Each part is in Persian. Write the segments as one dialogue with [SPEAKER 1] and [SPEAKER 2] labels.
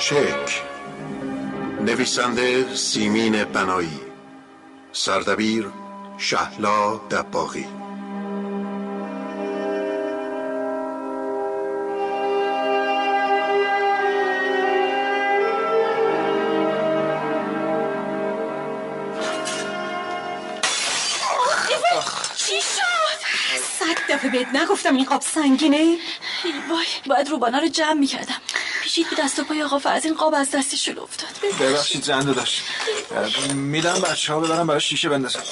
[SPEAKER 1] چک نویسنده سیمین بنایی سردبیر شهلا دباغی
[SPEAKER 2] چی شد؟
[SPEAKER 3] صد دفعه بهت نگفتم این قاب سنگینه
[SPEAKER 2] ای وای باید روبانا رو جمع میکردم پیشید به دست و پای آقا فرزین قاب از دستشون افتاد
[SPEAKER 4] ببخشید زنده داشت میدم بچه ها ببرم برای شیشه بندازم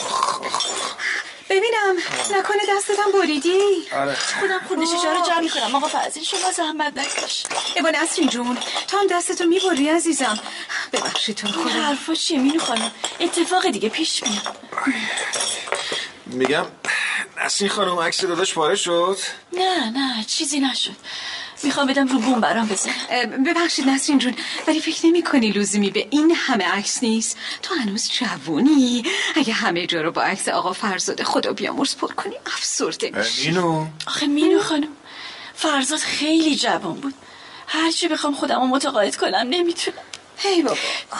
[SPEAKER 3] ببینم نکنه دستتم بریدی
[SPEAKER 4] آره
[SPEAKER 2] خودم خورده شیشه رو جمع میکنم آقا فرزین شما زحمت نکش
[SPEAKER 3] ابا نسرین جون تو هم دستتو میبری عزیزم ببخشی تو رو
[SPEAKER 2] این
[SPEAKER 3] خدا.
[SPEAKER 2] حرفا چیه مینو خانم اتفاق دیگه پیش میاد
[SPEAKER 4] میگم نسین خانم عکس داداش پاره شد
[SPEAKER 2] نه نه چیزی نشد میخوام بدم رو بوم برام بزنم
[SPEAKER 3] اه، ببخشید نسرین جون ولی فکر نمی کنی لزومی به این همه عکس نیست تو هنوز جوونی اگه همه جا رو با عکس آقا فرزاده خدا بیامرز پر کنی افسرده میشی
[SPEAKER 4] اینو
[SPEAKER 2] آخه مینو خانم فرزاد خیلی جوان بود هرچی بخوام خودم رو متقاعد کنم نمیتونم
[SPEAKER 3] هی بابا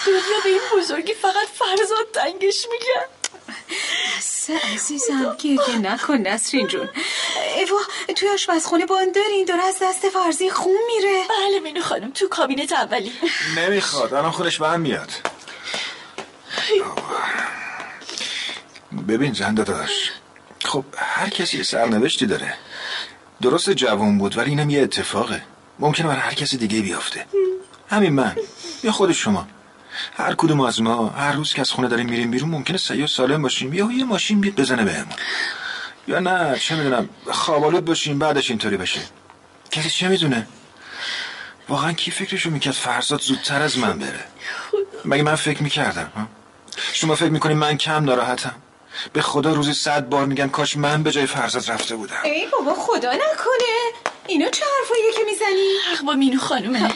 [SPEAKER 2] دنیا به این بزرگی فقط فرزاد تنگش میگم
[SPEAKER 3] بسه عزیزم گریه نکن نسرین جون ایوا توی آشپزخونه باندارین داره از دست فرزین خون میره
[SPEAKER 2] بله مینو خانم تو کابینت اولی
[SPEAKER 4] نمیخواد الان خودش به هم میاد ببین زنده داداش خب هر کسی یه سرنوشتی داره درست جوان بود ولی اینم یه اتفاقه ممکنه بر هر کسی دیگه بیافته همین من یا خود شما هر کدوم از ما هر روز که از خونه داریم میریم بیرون ممکنه سعی و سالم باشیم یا یه ماشین بیاد بزنه بهمون یا نه چه میدونم خوابالود باشیم بعدش اینطوری بشه کسی چه میدونه واقعا کی فکرشو میکرد فرزاد زودتر از من بره مگه من فکر میکردم ها؟ شما فکر میکنی من کم ناراحتم به خدا روزی صد بار میگم کاش من به جای فرزاد رفته بودم
[SPEAKER 3] ای بابا خدا نکنه اینو چه حرفاییه که میزنی
[SPEAKER 2] حق با مینو خانومه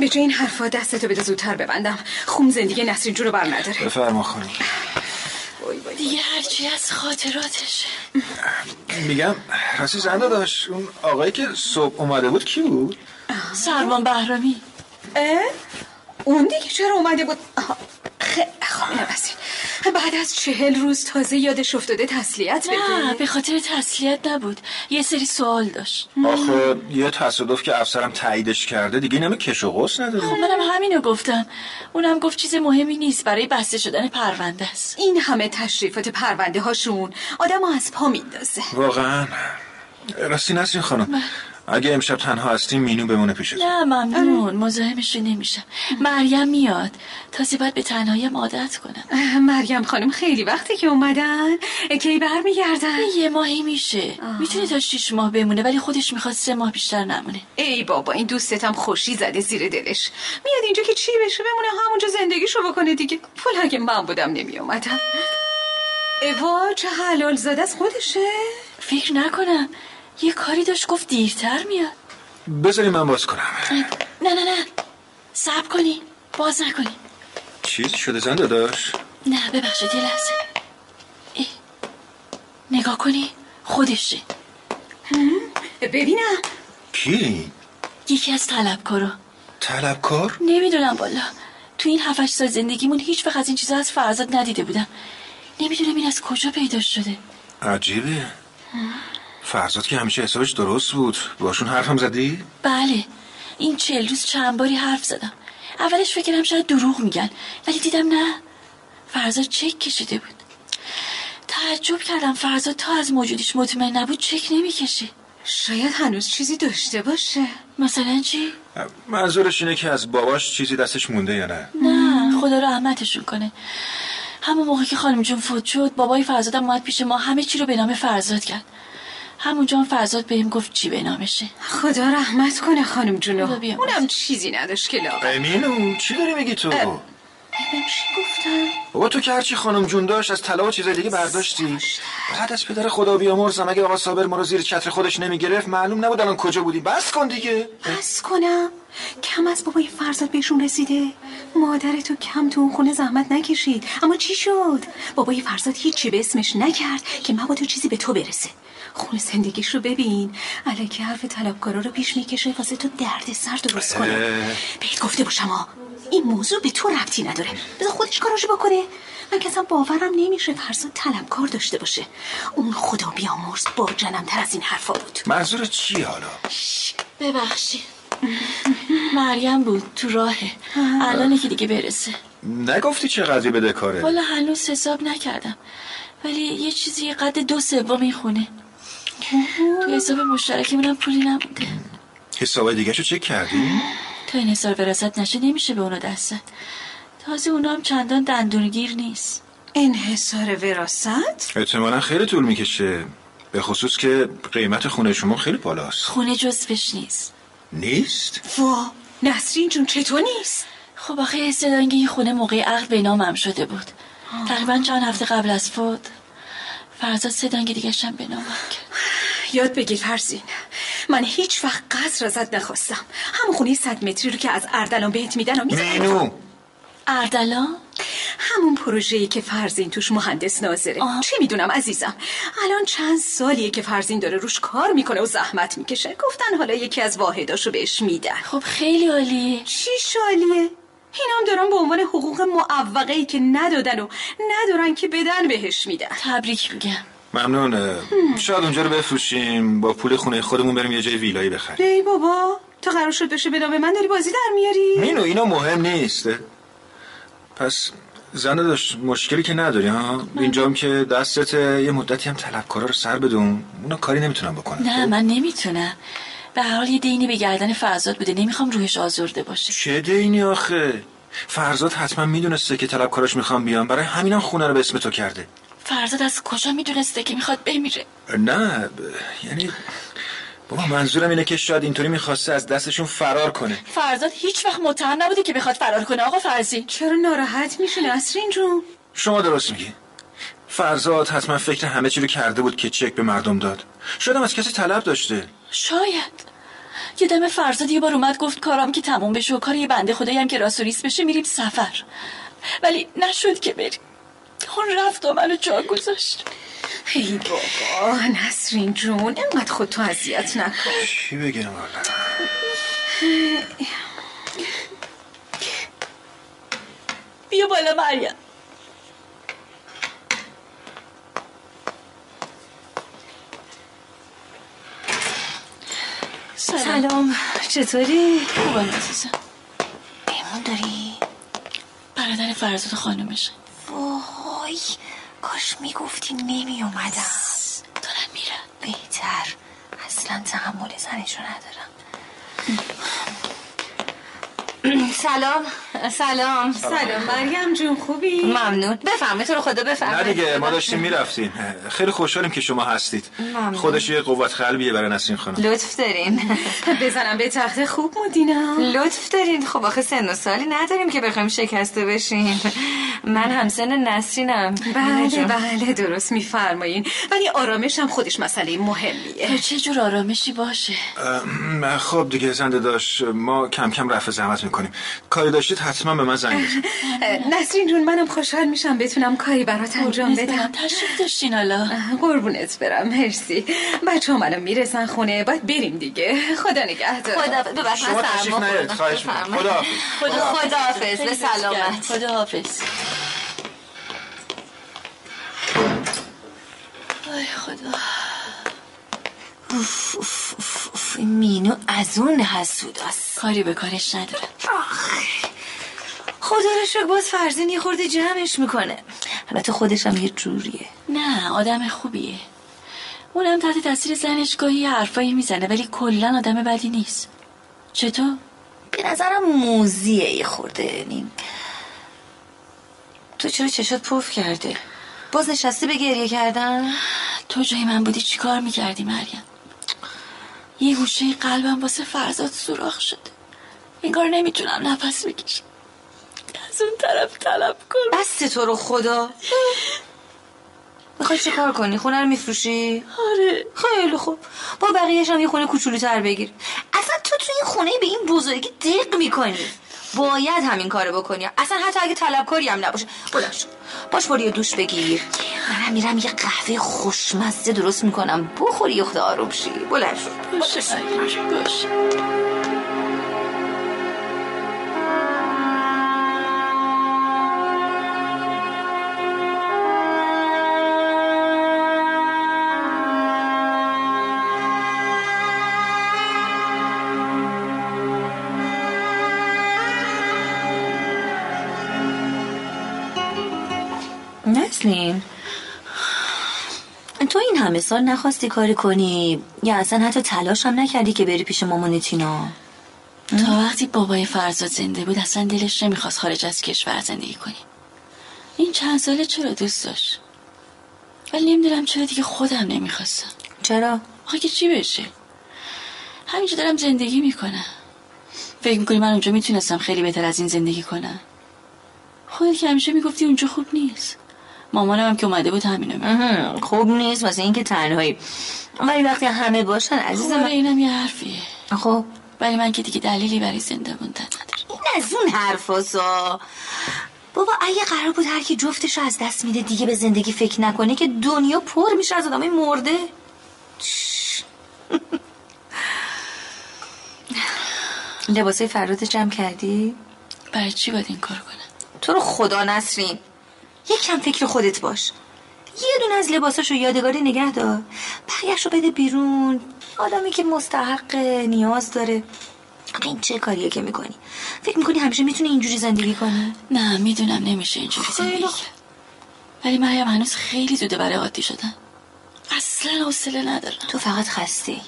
[SPEAKER 3] به جای این حرفا دستتو بده زودتر ببندم خون زندگی نسرین جون رو بر نداره
[SPEAKER 4] بفرما خانم
[SPEAKER 3] وای وای.
[SPEAKER 2] دیگه هرچی از خاطراتش
[SPEAKER 4] میگم راستی زنده داشت اون آقایی که صبح اومده بود کی بود
[SPEAKER 2] سرمان بهرامی
[SPEAKER 3] اه؟ اون دیگه چرا اومده بود آها. خ- خب نبسین بعد از چهل روز تازه یادش افتاده تسلیت
[SPEAKER 2] نه
[SPEAKER 3] بده
[SPEAKER 2] به خاطر تسلیت نبود یه سری سوال داشت
[SPEAKER 4] آخه یه تصادف که افسرم تاییدش کرده دیگه نمی کش و قوس نداره
[SPEAKER 2] منم همینو گفتم اونم گفت چیز مهمی نیست برای بسته شدن پرونده است
[SPEAKER 3] این همه تشریفات پرونده هاشون آدم از پا میندازه
[SPEAKER 4] واقعا راستی نسرین خانم اگه امشب تنها هستی مینو بمونه پیشت
[SPEAKER 2] نه ممنون مزاحمش رو نمیشم مریم میاد تازه باید به تنهایم عادت کنم
[SPEAKER 3] اه، مریم خانم خیلی وقتی که اومدن اه، کی برمیگردن
[SPEAKER 2] یه ماهی میشه میتونه تا شیش ماه بمونه ولی خودش میخواد سه ماه بیشتر نمونه
[SPEAKER 3] ای بابا این دوستتم خوشی زده زیر دلش میاد اینجا که چی بشه بمونه همونجا زندگیشو بکنه دیگه پول اگه من بودم نمی اومدم ایوا چه حلال زده از خودشه
[SPEAKER 2] فکر نکنم یه کاری داشت گفت دیرتر میاد
[SPEAKER 4] بذاری من باز کنم
[SPEAKER 2] نه نه نه صبر کنی باز نکنی
[SPEAKER 4] چیز شده زنده داشت
[SPEAKER 2] نه ببخشید یه لحظه ای، نگاه کنی خودشه
[SPEAKER 3] ببینم
[SPEAKER 4] کی؟
[SPEAKER 2] یکی از طلبکارا
[SPEAKER 4] طلبکار؟
[SPEAKER 2] نمیدونم والا تو این هفتش سال زندگیمون هیچ وقت از این چیزا از فرزاد ندیده بودم نمیدونم این از کجا پیدا شده
[SPEAKER 4] عجیبه فرزاد که همیشه حسابش درست بود باشون حرفم زدی؟
[SPEAKER 2] بله این چل روز چند باری حرف زدم اولش فکرم شاید دروغ میگن ولی دیدم نه فرزاد چک کشیده بود تعجب کردم فرزاد تا از موجودیش مطمئن نبود چک نمیکشه
[SPEAKER 3] شاید هنوز چیزی داشته باشه
[SPEAKER 2] مثلا چی؟
[SPEAKER 4] منظورش اینه که از باباش چیزی دستش مونده یا نه
[SPEAKER 2] نه خدا رحمتشون کنه همون موقع که خانم جون فوت شد بابای فرزادم اومد پیش ما همه چی رو به نام فرزاد کرد همونجا هم فرزاد بهم گفت چی به نامشه
[SPEAKER 3] خدا رحمت کنه خانم
[SPEAKER 2] خدا
[SPEAKER 3] جونو
[SPEAKER 2] بیامرزه.
[SPEAKER 3] اونم چیزی نداشت که لاغر
[SPEAKER 4] امینو چی داری میگی تو؟
[SPEAKER 3] ببین چی گفتم
[SPEAKER 4] بابا تو که هرچی خانم جون داشت از طلا و چیزای دیگه برداشتی بعد از پدر خدا بیامرزم اگه آقا صابر ما رو زیر چتر خودش نمیگرفت معلوم نبود الان کجا بودی بس کن دیگه
[SPEAKER 3] بس کنم کم از بابای فرزاد بهشون رسیده مادر تو کم تو اون خونه زحمت نکشید اما چی شد بابای فرزاد هیچی به اسمش نکرد که مبادا چیزی به تو برسه خون زندگیش رو ببین علکی حرف طلبکارا رو پیش میکشه واسه تو درد سر درست کنه
[SPEAKER 4] اه.
[SPEAKER 3] بهت گفته باشم ها این موضوع به تو ربطی نداره بذار خودش کاراشو بکنه من که اصلا باورم نمیشه فرزاد طلبکار داشته باشه اون خدا بیامرز با جنمتر از این حرفا بود
[SPEAKER 4] منظور چی حالا
[SPEAKER 2] ببخشی مریم بود تو راهه الان که دیگه برسه
[SPEAKER 4] نگفتی چقدری بده کاره
[SPEAKER 2] والا هنوز حساب نکردم ولی یه چیزی قد دو سوم این خونه تو حساب مشترک منم پولی نمونده
[SPEAKER 4] حسابای دیگه شو چک کردی
[SPEAKER 2] تا این حساب وراثت نشه نمیشه به اونو دست زد تازه اونا هم چندان دندونگیر نیست
[SPEAKER 3] انحصار وراست
[SPEAKER 4] احتمالا خیلی طول میکشه به خصوص که قیمت خونه شما خیلی بالاست
[SPEAKER 2] خونه جزبش نیست
[SPEAKER 4] نیست
[SPEAKER 3] وا نسرین جون چطور نیست
[SPEAKER 2] خب آخه استدانگ این خونه موقع عقد به نامم شده بود تقریبا چند هفته قبل از فوت فرزاد سدانگ دیگه هم به نامم کرد
[SPEAKER 3] یاد بگیر فرزین من هیچ وقت قصر ازت نخواستم همون خونه صد متری رو که از اردلان بهت میدن و میزنم
[SPEAKER 4] مینو
[SPEAKER 2] اردلان
[SPEAKER 3] همون پروژه‌ای که فرزین توش مهندس ناظره
[SPEAKER 2] آه.
[SPEAKER 3] چی میدونم عزیزم الان چند سالیه که فرزین داره روش کار میکنه و زحمت میکشه گفتن حالا یکی از واحداشو بهش میدن
[SPEAKER 2] خب خیلی عالی
[SPEAKER 3] چی شالیه اینا هم دارن به عنوان حقوق معوقه ای که ندادن و ندارن که بدن بهش میدن
[SPEAKER 2] تبریک میگم
[SPEAKER 4] ممنون شاید اونجا رو بفروشیم با پول خونه خودمون بریم یه جای ویلایی بخریم
[SPEAKER 3] ای بابا تو قرار شد بشه به نام من داری بازی در میاری
[SPEAKER 4] مینو اینا مهم نیست پس زن داشت مشکلی که نداری ها اینجام که دستت یه مدتی هم طلبکارا رو سر بدون اونا کاری نمیتونم بکنم
[SPEAKER 2] نه من نمیتونم به هر حال یه دینی به گردن فرزاد بوده نمیخوام روحش آزرده باشه
[SPEAKER 4] چه دینی آخه فرزاد حتما میدونسته که طلبکاراش میخوام بیام برای همینم خونه رو به اسم تو کرده
[SPEAKER 2] فرزاد از کجا میدونسته که میخواد بمیره
[SPEAKER 4] نه ب- یعنی بابا منظورم اینه که شاید اینطوری میخواسته از دستشون فرار کنه
[SPEAKER 2] فرزاد هیچ وقت متهم نبوده که بخواد فرار کنه آقا فرزی
[SPEAKER 3] چرا ناراحت میشه نسرین جون
[SPEAKER 4] شما درست میگی فرزاد حتما فکر همه چی رو کرده بود که چک به مردم داد شاید هم از کسی طلب داشته
[SPEAKER 2] شاید یه دم فرزاد یه بار اومد گفت کارام که تموم بشه و کار یه بنده خدایی هم که راسوریس بشه میریم سفر ولی نشد که بریم اون رفت و منو جا گذاشت
[SPEAKER 3] ای بابا نسرین جون اینقدر خودتو اذیت نکن
[SPEAKER 4] چی بگم والا
[SPEAKER 2] بیا بالا مریم سلام
[SPEAKER 3] سلام چطوری؟
[SPEAKER 2] خوبم عزیزم
[SPEAKER 3] پیمان داری؟
[SPEAKER 2] برادر فرزاد خانومشه
[SPEAKER 3] وای کاش میگفتی نمی اومدم
[SPEAKER 2] دارن میرن
[SPEAKER 3] بهتر اصلا تحمل زنشو ندارم
[SPEAKER 5] سلام سلام
[SPEAKER 3] سلام مریم جون خوبی؟
[SPEAKER 5] ممنون بفرمایید تو رو خدا
[SPEAKER 4] نه
[SPEAKER 5] بفرمایید
[SPEAKER 4] دیگه ما داشتیم میرفتیم خیلی خوشحالیم که شما هستید
[SPEAKER 5] ممنون.
[SPEAKER 4] خودش یه قوت قلبیه برای نسیم خانم
[SPEAKER 5] لطف دارین
[SPEAKER 3] بزنم به تخت خوب مدینم
[SPEAKER 5] لطف دارین خب آخه سن و سالی نداریم که بخوایم شکسته بشیم من همسن نسرینم مینا
[SPEAKER 3] بله
[SPEAKER 5] جون.
[SPEAKER 3] بله درست میفرمایین ولی آرامش هم خودش مسئله مهمیه
[SPEAKER 2] تو چه جور آرامشی باشه
[SPEAKER 4] ام، خب دیگه زنده داشت ما کم کم رفع زحمت میکنیم کاری داشتید حتما به من زنگ بزنید
[SPEAKER 3] اه، نسرین جون منم خوشحال میشم بتونم کاری برات
[SPEAKER 5] خب،
[SPEAKER 3] انجام
[SPEAKER 2] قربونت
[SPEAKER 3] بدم
[SPEAKER 2] برم. تشریف داشتین حالا
[SPEAKER 3] اه، قربونت برم مرسی بچه هم الان میرسن خونه باید بریم دیگه خدا نگهدار
[SPEAKER 5] خدا ببخش
[SPEAKER 4] شما تشریف نیارید خواهش میکنم
[SPEAKER 5] بفرمایید.
[SPEAKER 4] خدا
[SPEAKER 5] خدا حافظ
[SPEAKER 2] خیلی
[SPEAKER 5] به
[SPEAKER 2] لطف کردی.
[SPEAKER 5] سلامت
[SPEAKER 2] خدا حافظ آی خدا
[SPEAKER 5] اوف، اوف، اوف، اوف، این مینو از اون حسوداست
[SPEAKER 2] کاری به کارش ندارم
[SPEAKER 5] خدا رو شکر باز فرزین یه خورده جمعش میکنه البته خودش هم یه جوریه
[SPEAKER 2] نه آدم خوبیه اونم تحت تاثیر زنش گاهی یه حرفایی میزنه ولی کلا آدم بدی نیست چطور
[SPEAKER 5] به نظرم موزیه یه خورده یعنی تو چرا چشات پف کرده باز نشستی به گریه کردن
[SPEAKER 2] تو جای من بودی چیکار میکردی مریم یه گوشه قلبم واسه فرزاد سوراخ شده انگار نمیتونم نفس بکشم از اون طرف طلب کن
[SPEAKER 5] بس تو رو خدا میخوای چه کار کنی خونه رو میفروشی
[SPEAKER 2] آره
[SPEAKER 5] خیلی خوب با بقیهش هم یه خونه کوچولوتر بگیر اصلا تو توی این خونه به این بزرگی دق میکنی باید همین کارو بکنی اصلا حتی اگه طلبکاری هم نباشه بلند شو باش برو یه دوش بگیر منم میرم یه قهوه خوشمزه درست میکنم بخوری یه خود آروم شی بلند شو
[SPEAKER 2] باشه باشه باشه
[SPEAKER 5] نسلین تو این همه سال نخواستی کاری کنی یا اصلا حتی تلاش هم نکردی که بری پیش مامان تینا
[SPEAKER 2] تا وقتی بابای فرزاد زنده بود اصلا دلش نمیخواست خارج از کشور زندگی کنی این چند ساله چرا دوست داشت ولی نمیدونم چرا دیگه خودم نمیخواستم
[SPEAKER 5] چرا؟
[SPEAKER 2] آخه که چی بشه همینجا دارم زندگی میکنم فکر میکنی من اونجا میتونستم خیلی بهتر از این زندگی کنم خودت که همیشه میگفتی اونجا خوب نیست مامانم هم که اومده بود همینو میگفت
[SPEAKER 5] اهم، خوب نیست واسه اینکه تنهایی ولی وقتی همه باشن عزیز
[SPEAKER 2] آره،
[SPEAKER 5] من
[SPEAKER 2] اینم یه حرفیه
[SPEAKER 5] خب
[SPEAKER 2] ولی من که دیگه دلیلی برای زنده موندن ندارم
[SPEAKER 5] این از اون حرفاسا بابا اگه قرار بود هر کی جفتش رو از دست میده دیگه به زندگی فکر نکنه که دنیا پر میشه از آدمای مرده چش. لباسای فراد جمع کردی؟
[SPEAKER 2] برای چی باید این کار کنم
[SPEAKER 5] تو رو خدا نسرین یک کم فکر خودت باش یه دونه از لباساشو یادگاری نگه دار بقیهش رو بده بیرون آدمی که مستحق نیاز داره آخه این چه کاریه که میکنی فکر میکنی همیشه میتونی اینجوری زندگی کنی
[SPEAKER 2] نه میدونم نمیشه اینجوری زندگی
[SPEAKER 5] خیلی
[SPEAKER 2] کرد. ولی مریم هنوز خیلی زوده برای عادی شدن اصلا حوصله ندارم
[SPEAKER 5] تو فقط خسته ای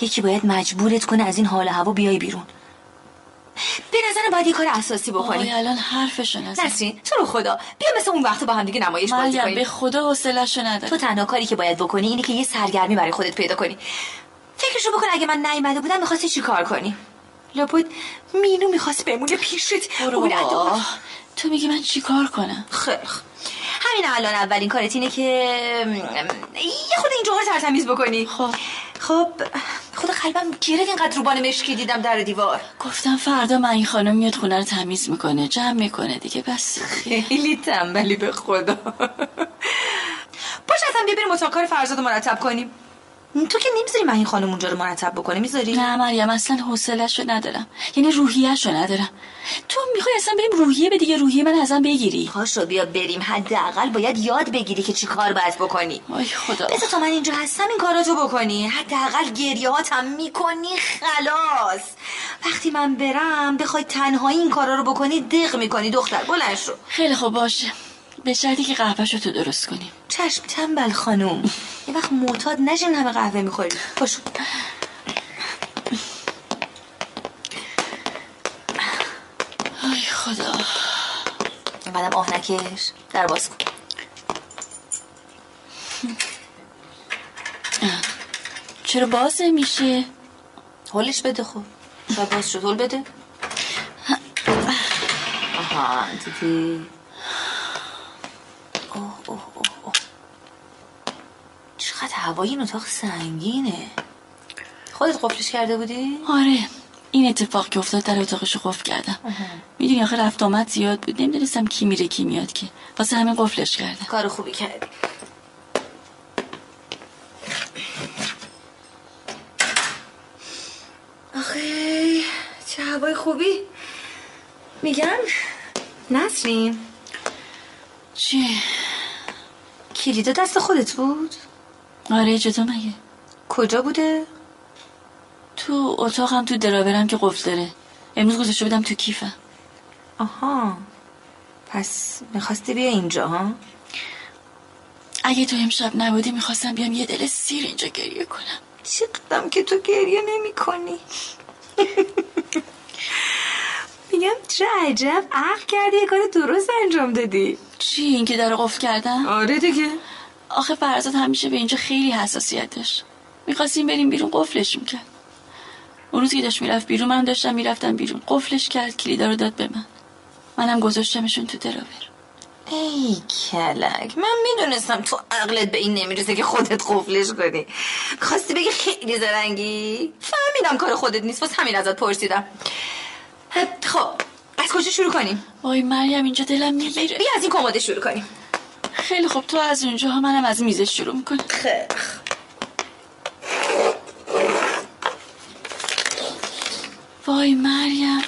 [SPEAKER 5] یکی باید مجبورت کنه از این حال و هوا بیای بیرون به نظرم باید یه کار اساسی
[SPEAKER 2] آقای
[SPEAKER 5] بکنی
[SPEAKER 2] الان حرفشو نزن
[SPEAKER 5] نسرین تو رو خدا بیا مثل اون وقتا با هم دیگه نمایش بازی
[SPEAKER 2] مریم
[SPEAKER 5] کنیم
[SPEAKER 2] به خدا حوصله‌شو
[SPEAKER 5] تو
[SPEAKER 2] ندارم
[SPEAKER 5] تنها کاری که باید بکنی اینه که یه سرگرمی برای خودت پیدا کنی فکرشو بکن اگه من نیومده بودم میخواستی چی کار کنی لابد مینو میخواست بمونه پیشت
[SPEAKER 2] برو
[SPEAKER 5] اون
[SPEAKER 2] بابا.
[SPEAKER 5] ادام-
[SPEAKER 2] تو میگی من چیکار کنم
[SPEAKER 5] خیر خب. همین الان اولین کارت اینه که م، یه خود این جوهر ترتمیز بکنی
[SPEAKER 2] خب.
[SPEAKER 5] خب خدا قلبم گرفت اینقدر روبان مشکی دیدم در و دیوار
[SPEAKER 2] گفتم فردا من این خانم میاد خونه رو تمیز میکنه جمع میکنه دیگه بس
[SPEAKER 5] خیلی تنبلی به خدا باش اصلا بیا بریم اتاق کار فرزاد رو مرتب کنیم تو که نمیذاری من این خانم اونجا رو مرتب بکنه میذاری
[SPEAKER 2] نه مریم اصلا حوصله‌شو ندارم یعنی روحیه‌شو ندارم تو میخوای اصلا بریم روحیه به دیگه روحیه من ازم بگیری
[SPEAKER 5] پاشو بیا بریم حداقل باید یاد بگیری که چی کار باید بکنی
[SPEAKER 2] وای خدا
[SPEAKER 5] بذار تا من اینجا هستم این کاراتو بکنی حداقل گریه هاتم میکنی خلاص وقتی من برم بخوای تنهایی این کارا رو بکنی دق میکنی دختر بلند شو
[SPEAKER 2] خیلی خوب باشه به شرطی که قهوه‌شو تو درست کنیم
[SPEAKER 5] چشم تنبل خانم یه وقت معتاد نشین همه قهوه میخوری پاشو
[SPEAKER 2] وای خدا
[SPEAKER 5] اینقدر آه نکش در باز کن
[SPEAKER 2] چرا باز نمیشه
[SPEAKER 5] هلش بده خب شاید باز شد هل بده آها دیدی اوه اوه اوه اوه چقدر هوای این اتاق سنگینه خودت قفلش کرده بودی؟
[SPEAKER 2] آره این اتفاق که افتاد در اتاقشو قفل کردم میدونی آخه رفت آمد زیاد بود نمیدونستم کی میره کی میاد که واسه همین قفلش کردم
[SPEAKER 5] کار خوبی کردی آخه چه هوای خوبی میگم نسرین
[SPEAKER 2] چی
[SPEAKER 5] کلیدا دست خودت بود؟
[SPEAKER 2] آره چطور مگه
[SPEAKER 5] کجا بوده؟
[SPEAKER 2] تو اتاقم تو دراورم که قفل داره امروز گذاشته بودم تو کیفم
[SPEAKER 5] آها پس میخواستی بیا اینجا ها؟
[SPEAKER 2] اگه تو امشب نبودی میخواستم بیام یه دل سیر اینجا گریه کنم
[SPEAKER 5] چقدم که تو گریه نمی کنی میگم چه عجب عقل کردی یه کار درست انجام دادی
[SPEAKER 2] چی این که در قفل کردم
[SPEAKER 5] آره دیگه
[SPEAKER 2] آخه فرزاد همیشه به اینجا خیلی حساسیت داشت میخواستیم بریم بیرون قفلش میکرد اون روز که داشت میرفت بیرون من داشتم میرفتم بیرون قفلش کرد کلیدا رو داد به من منم گذاشتمشون تو دراور
[SPEAKER 5] ای کلک من میدونستم تو عقلت به این نمیرسه که خودت قفلش کنی خواستی بگی خیلی زرنگی فهمیدم کار خودت نیست واسه همین ازت پرسیدم خب از کجا کجا شروع کنیم
[SPEAKER 2] وای مریم اینجا دلم میگیره
[SPEAKER 5] بیا از این کمد شروع کنیم
[SPEAKER 2] خیلی خوب تو از اونجا ها منم از میزش شروع میکنم
[SPEAKER 5] خیر
[SPEAKER 2] وای مریم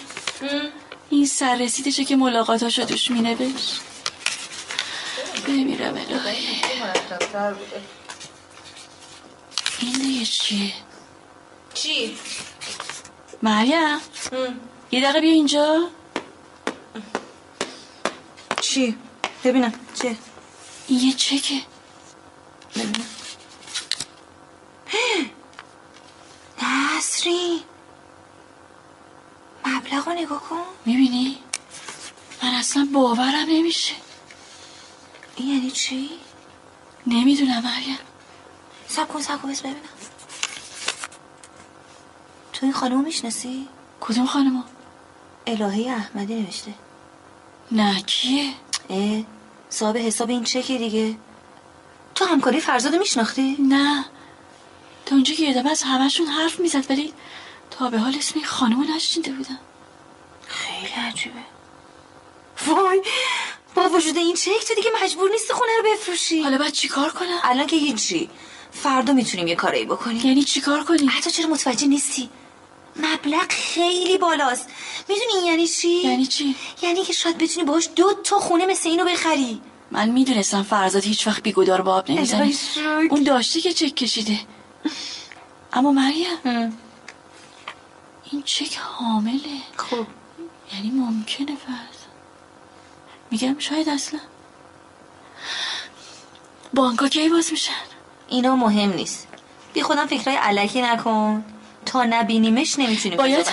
[SPEAKER 2] این سر رسیدشه که ملاقاتاشو دوش مینوشت بمیرم الهی این دیگه چیه
[SPEAKER 5] چی
[SPEAKER 2] مریم یه دقیقه بیا اینجا
[SPEAKER 5] چی ببینم چه
[SPEAKER 2] این یه چکه
[SPEAKER 5] نصری مبلغ رو نگاه کن
[SPEAKER 2] میبینی من اصلا باورم نمیشه
[SPEAKER 5] این یعنی چی
[SPEAKER 2] نمیدونم مریم
[SPEAKER 5] سب کن سب کن بس ببینم تو این خانم میشناسی
[SPEAKER 2] کدوم خانمو
[SPEAKER 5] الهه احمدی نوشته
[SPEAKER 2] نه کیه
[SPEAKER 5] اه صاحب حساب این چکه دیگه تو همکاری فرزادو میشناختی
[SPEAKER 2] نه تا اونجا که یادم از همشون حرف میزد ولی تا به حال اسم این خانمو نشنیده بودم
[SPEAKER 5] خیلی عجیبه وای با وجود این چک تو دیگه مجبور نیستی خونه رو بفروشی
[SPEAKER 2] حالا باید چیکار کنم
[SPEAKER 5] الان که هیچی فردا میتونیم یه کاری بکنیم
[SPEAKER 2] یعنی چیکار کنی
[SPEAKER 5] حتی چرا متوجه نیستی مبلغ خیلی بالاست میدونی این یعنی چی
[SPEAKER 2] یعنی چی
[SPEAKER 5] یعنی که شاید بتونی باش دو تا خونه مثل اینو بخری
[SPEAKER 2] من میدونستم فرزاد هیچ وقت بیگدار به آب نمیزنه
[SPEAKER 5] الهی شکر.
[SPEAKER 2] اون داشته که چک کشیده اما مریم این چک حامله
[SPEAKER 5] خب
[SPEAKER 2] یعنی ممکنه فرض میگم شاید اصلا بانکا کی باز میشن
[SPEAKER 5] اینا مهم نیست بی خودم فکرای علکی نکن تا نبینیمش نمیتونیم
[SPEAKER 2] باید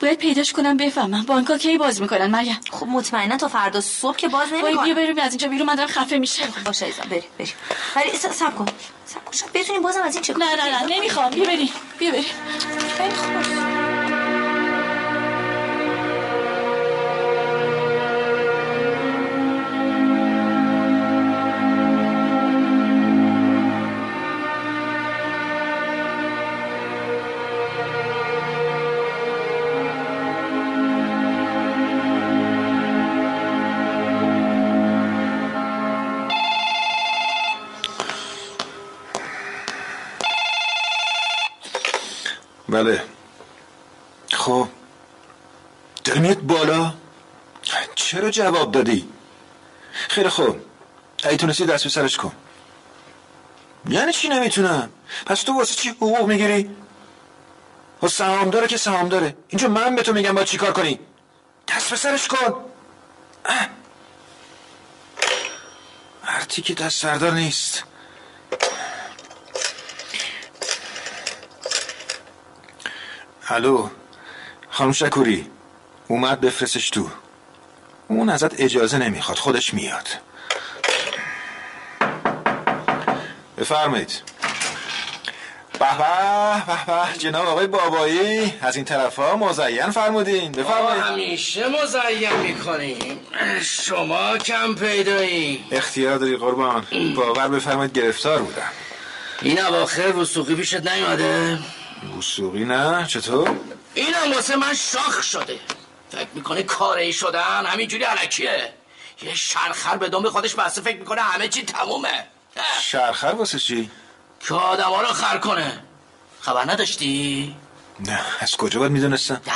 [SPEAKER 2] باید پیداش کنم بفهمم بانکا کی باز میکنن مریم
[SPEAKER 5] خب مطمئنا تا فردا صبح که باز
[SPEAKER 2] وای بیا
[SPEAKER 5] نمیکنه
[SPEAKER 2] بریم از اینجا بیرون من دارم خفه میشم
[SPEAKER 5] باشه ایزم بریم بریم ولی س- سب کن سب کن شاید بتونیم بازم از این چه
[SPEAKER 2] نه نه نه نمیخوام بیا بریم بیا بریم
[SPEAKER 4] بله خب داری میاد بالا چرا جواب دادی خیلی خوب اگه تونستی دست به سرش کن یعنی چی نمیتونم پس تو واسه چی حقوق میگیری و سهامداره که سهامداره اینجا من به تو میگم باید چیکار کنی دست به سرش کن اه. هر که دست سردار نیست الو خانم شکوری اومد بفرستش تو اون ازت اجازه نمیخواد خودش میاد بفرمایید به به به به جناب آقای بابایی از این طرف ها مزین فرمودین
[SPEAKER 6] ما
[SPEAKER 4] بفرمایید
[SPEAKER 6] همیشه مزین میکنیم شما کم پیدایی
[SPEAKER 4] اختیار داری قربان باور بفرمایید گرفتار بودم
[SPEAKER 6] این اواخر وسوقی پیشت نیومده
[SPEAKER 4] وسوقی نه چطور
[SPEAKER 6] این هم واسه من شاخ شده فکر میکنه کاری شدن همینجوری علکیه یه شرخر به دم خودش بسته فکر میکنه همه چی تمومه اه،
[SPEAKER 4] شرخر واسه چی
[SPEAKER 6] که آدم رو خر کنه خبر نداشتی؟
[SPEAKER 4] نه از کجا باید میدونستم
[SPEAKER 6] نه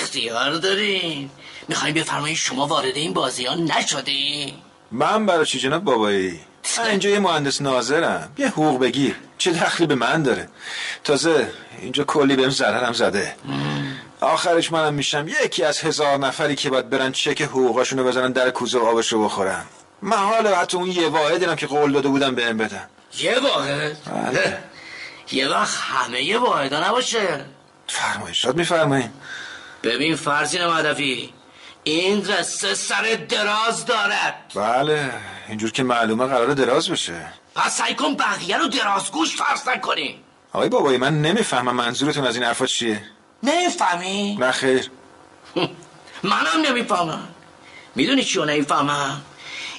[SPEAKER 6] اختیار دارین میخوایم بفرمایید شما وارد این بازیان نشدی؟
[SPEAKER 4] من برای چی جناب بابایی من اینجا یه مهندس ناظرم یه حقوق بگیر چه دخلی به من داره تازه اینجا کلی بهم ضررم زده آخرش منم میشم یکی از هزار نفری که باید برن چک حقوقاشونو بزنن در کوزه و آبشو بخورن محاله حتی اون یه واحد هم که قول داده بودم بهم بدن
[SPEAKER 6] یه واحد؟
[SPEAKER 4] بله.
[SPEAKER 6] یه وقت همه یه واحدا نباشه
[SPEAKER 4] فرمایشات میفرمایین
[SPEAKER 6] ببین فرزین مدفی این قصه سر دراز دارد
[SPEAKER 4] بله اینجور که معلومه قرار دراز بشه
[SPEAKER 6] پس سعی کن بقیه رو درازگوش فرض نکنی
[SPEAKER 4] آقای بابایی من نمیفهمم منظورتون از این حرفا چیه
[SPEAKER 6] نمیفهمی؟
[SPEAKER 4] نه خیر
[SPEAKER 6] منم نمیفهمم میدونی چیو نمیفهمم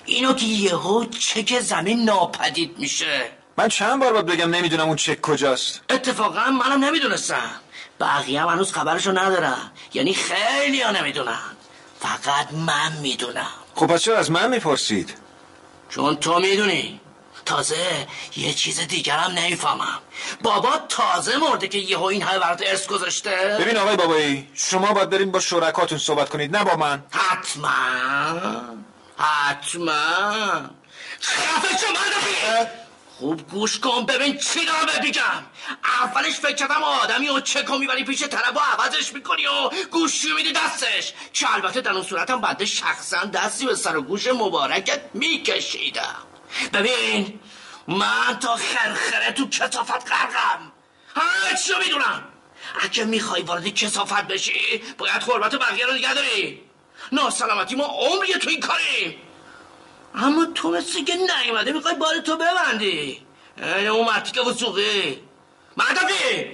[SPEAKER 6] اینو که یهو چک زمین ناپدید میشه
[SPEAKER 4] من چند بار باید بگم نمیدونم اون چک کجاست
[SPEAKER 6] اتفاقا منم نمیدونستم بقیه هم هنوز خبرشو ندارم یعنی خیلی ها نمیدونن فقط من میدونم
[SPEAKER 4] خب پس چرا از من میپرسید
[SPEAKER 6] چون تو میدونی تازه یه چیز دیگرم نمیفهمم بابا تازه مرده که یهو این همه برات ارث گذاشته
[SPEAKER 4] ببین آقای بابایی شما باید برین با شرکاتون صحبت کنید نه با من
[SPEAKER 6] حتما حتما خفه شو من خوب گوش کن ببین چی دارم بهت میگم اولش فکر کردم آدمی و چکو میبری پیش طرف و عوضش میکنی و گوشی میدی دستش که البته در اون صورتم بنده شخصا دستی به سر و گوش مبارکت میکشیدم ببین من تا خرخره تو کسافت غرقم همه چی رو میدونم اگه میخوای وارد کسافت بشی باید حرمت بقیه رو نگه داری ناسلامتی ما عمریه تو این کاریم اما تو مثل که نیومده میخوای بار تو ببندی این اون مرتی که وسوقی مردمی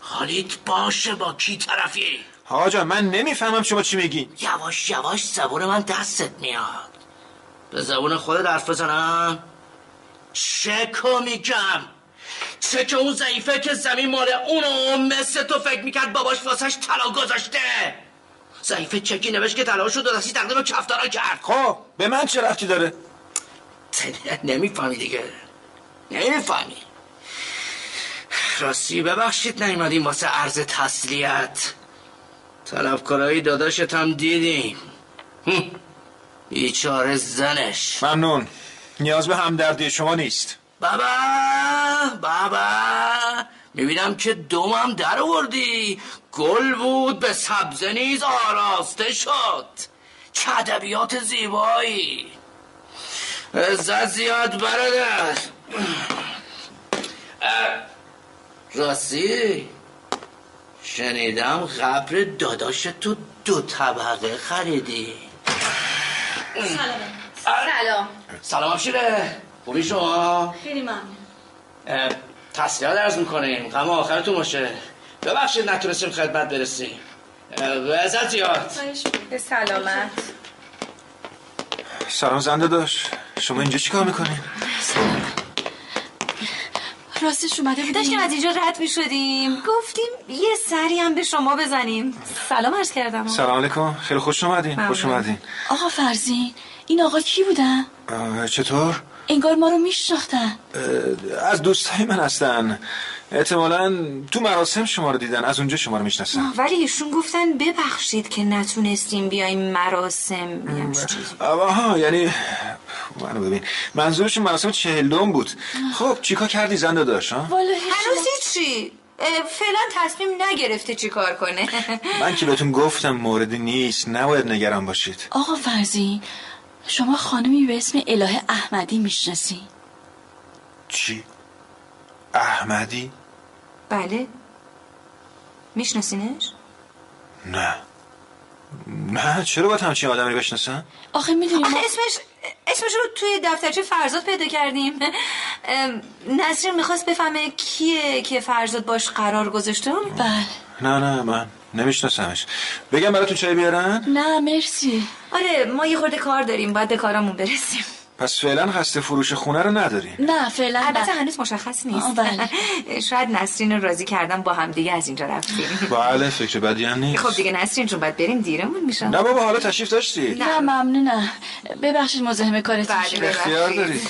[SPEAKER 6] حالیت باشه با کی طرفی
[SPEAKER 4] آقا من نمیفهمم شما چی میگین
[SPEAKER 6] یواش یواش زبون من دستت میاد به زبون خودت حرف بزنم چکو میگم چک اون ضعیفه که زمین مال اونو مثل تو فکر میکرد باباش واسش طلا گذاشته ضعیفه چکی نوشت که طلا شد و دستی تقدیم کفتارا کرد
[SPEAKER 4] خب به من چه رفتی داره
[SPEAKER 6] نمیفهمی دیگه نمیفهمی راستی ببخشید نیومدیم واسه عرض تسلیت طلبکارهای داداشت هم دیدیم هم. بیچاره زنش
[SPEAKER 4] ممنون نیاز به همدردی شما نیست
[SPEAKER 6] بابا بابا میبینم که دومم در آوردی گل بود به سبزه نیز آراسته شد چه ادبیات زیبایی عزت زیاد برادر اه، راستی شنیدم قبر داداش تو دو طبقه خریدی
[SPEAKER 7] سلام
[SPEAKER 6] سلام همشیره خوبی شما
[SPEAKER 7] خیلی ممنون
[SPEAKER 6] اه، تسلیحات عرض میکنیم غم آخرتون باشه ببخشید نتونستیم خدمت برسیم اه، به عزت زیاد
[SPEAKER 7] خواهش
[SPEAKER 3] به سلامت
[SPEAKER 4] سلام زنده داشت شما اینجا چیکار میکنین
[SPEAKER 2] راستش اومده بودیم
[SPEAKER 5] داشتیم از اینجا رد می شدیم گفتیم یه سری هم به شما بزنیم سلام عرض کردم
[SPEAKER 4] سلام علیکم خیلی خوش اومدین خوش اومدین
[SPEAKER 2] آقا فرزین این آقا کی بودن؟
[SPEAKER 4] اه، چطور
[SPEAKER 2] انگار ما رو میشناختن
[SPEAKER 4] اه، از دوستای من هستن احتمالا تو مراسم شما رو دیدن از اونجا شما رو میشناسن
[SPEAKER 5] ولی ایشون گفتن ببخشید که نتونستیم بیایم مراسم یعنی یه همچین چیزی.
[SPEAKER 4] آها یعنی منو ببین منظورش مراسم چهلم بود خب چیکار کردی زنده داشت ها
[SPEAKER 2] والا هیچ
[SPEAKER 5] هنوز چی فعلا تصمیم نگرفته چی کار کنه
[SPEAKER 4] من که بهتون گفتم موردی نیست نباید نگران باشید
[SPEAKER 2] آقا فرزین شما خانمی به اسم الهه احمدی میشناسی
[SPEAKER 4] چی احمدی
[SPEAKER 5] بله میشناسینش؟
[SPEAKER 4] نه نه چرا باید همچین آدمی رو بشناسم
[SPEAKER 2] آخه میدونی ما
[SPEAKER 5] اسمش اسمش رو توی دفترچه فرزاد پیدا کردیم ام، نسرین میخواست بفهمه کیه که فرزاد باش قرار گذاشته
[SPEAKER 2] بله
[SPEAKER 4] نه نه من نمیشناسمش بگم براتون چای بیارن
[SPEAKER 2] نه مرسی
[SPEAKER 5] آره ما یه خورده کار داریم باید به کارامون برسیم
[SPEAKER 4] پس فعلا خسته فروش خونه رو ندارین
[SPEAKER 2] نه فعلا
[SPEAKER 5] البته
[SPEAKER 2] نه.
[SPEAKER 5] هنوز مشخص
[SPEAKER 2] آه،
[SPEAKER 5] نیست
[SPEAKER 2] بله.
[SPEAKER 5] شاید نسرین رو راضی کردم با هم دیگه از اینجا رفتیم
[SPEAKER 4] بله فکر بدی هم نیست
[SPEAKER 5] خب دیگه نسرین جون باید بریم دیرمون میشه
[SPEAKER 4] نه بابا حالا تشریف داشتی
[SPEAKER 2] نه ممنونم ببخشید مزاحم کارتون
[SPEAKER 5] بله،
[SPEAKER 2] شدم.
[SPEAKER 5] بله.
[SPEAKER 4] اختیار داری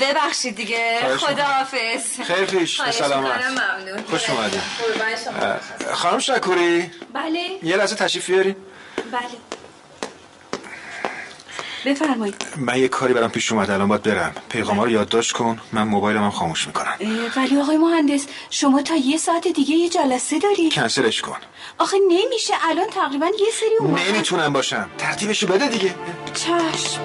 [SPEAKER 5] ببخشید دیگه
[SPEAKER 4] خواهش می‌کنم.
[SPEAKER 5] خداحافظ
[SPEAKER 4] خیر پیش به
[SPEAKER 5] خواهش
[SPEAKER 4] سلامت
[SPEAKER 5] می‌کنم، ممنون.
[SPEAKER 4] خوش اومدی
[SPEAKER 7] قربان شما
[SPEAKER 4] خانم شکوری
[SPEAKER 7] بله
[SPEAKER 4] یه لحظه تشریف بیاری
[SPEAKER 7] بله بفرمایید
[SPEAKER 4] من یه کاری برام پیش اومد الان باید برم پیغام رو یادداشت کن من موبایلم هم خاموش میکنم
[SPEAKER 7] اه، ولی آقای مهندس شما تا یه ساعت دیگه یه جلسه داری
[SPEAKER 4] کنسلش کن
[SPEAKER 7] آخه نمیشه الان تقریبا یه سری اومد
[SPEAKER 4] نمیتونم باشم ترتیبشو بده دیگه
[SPEAKER 7] چشم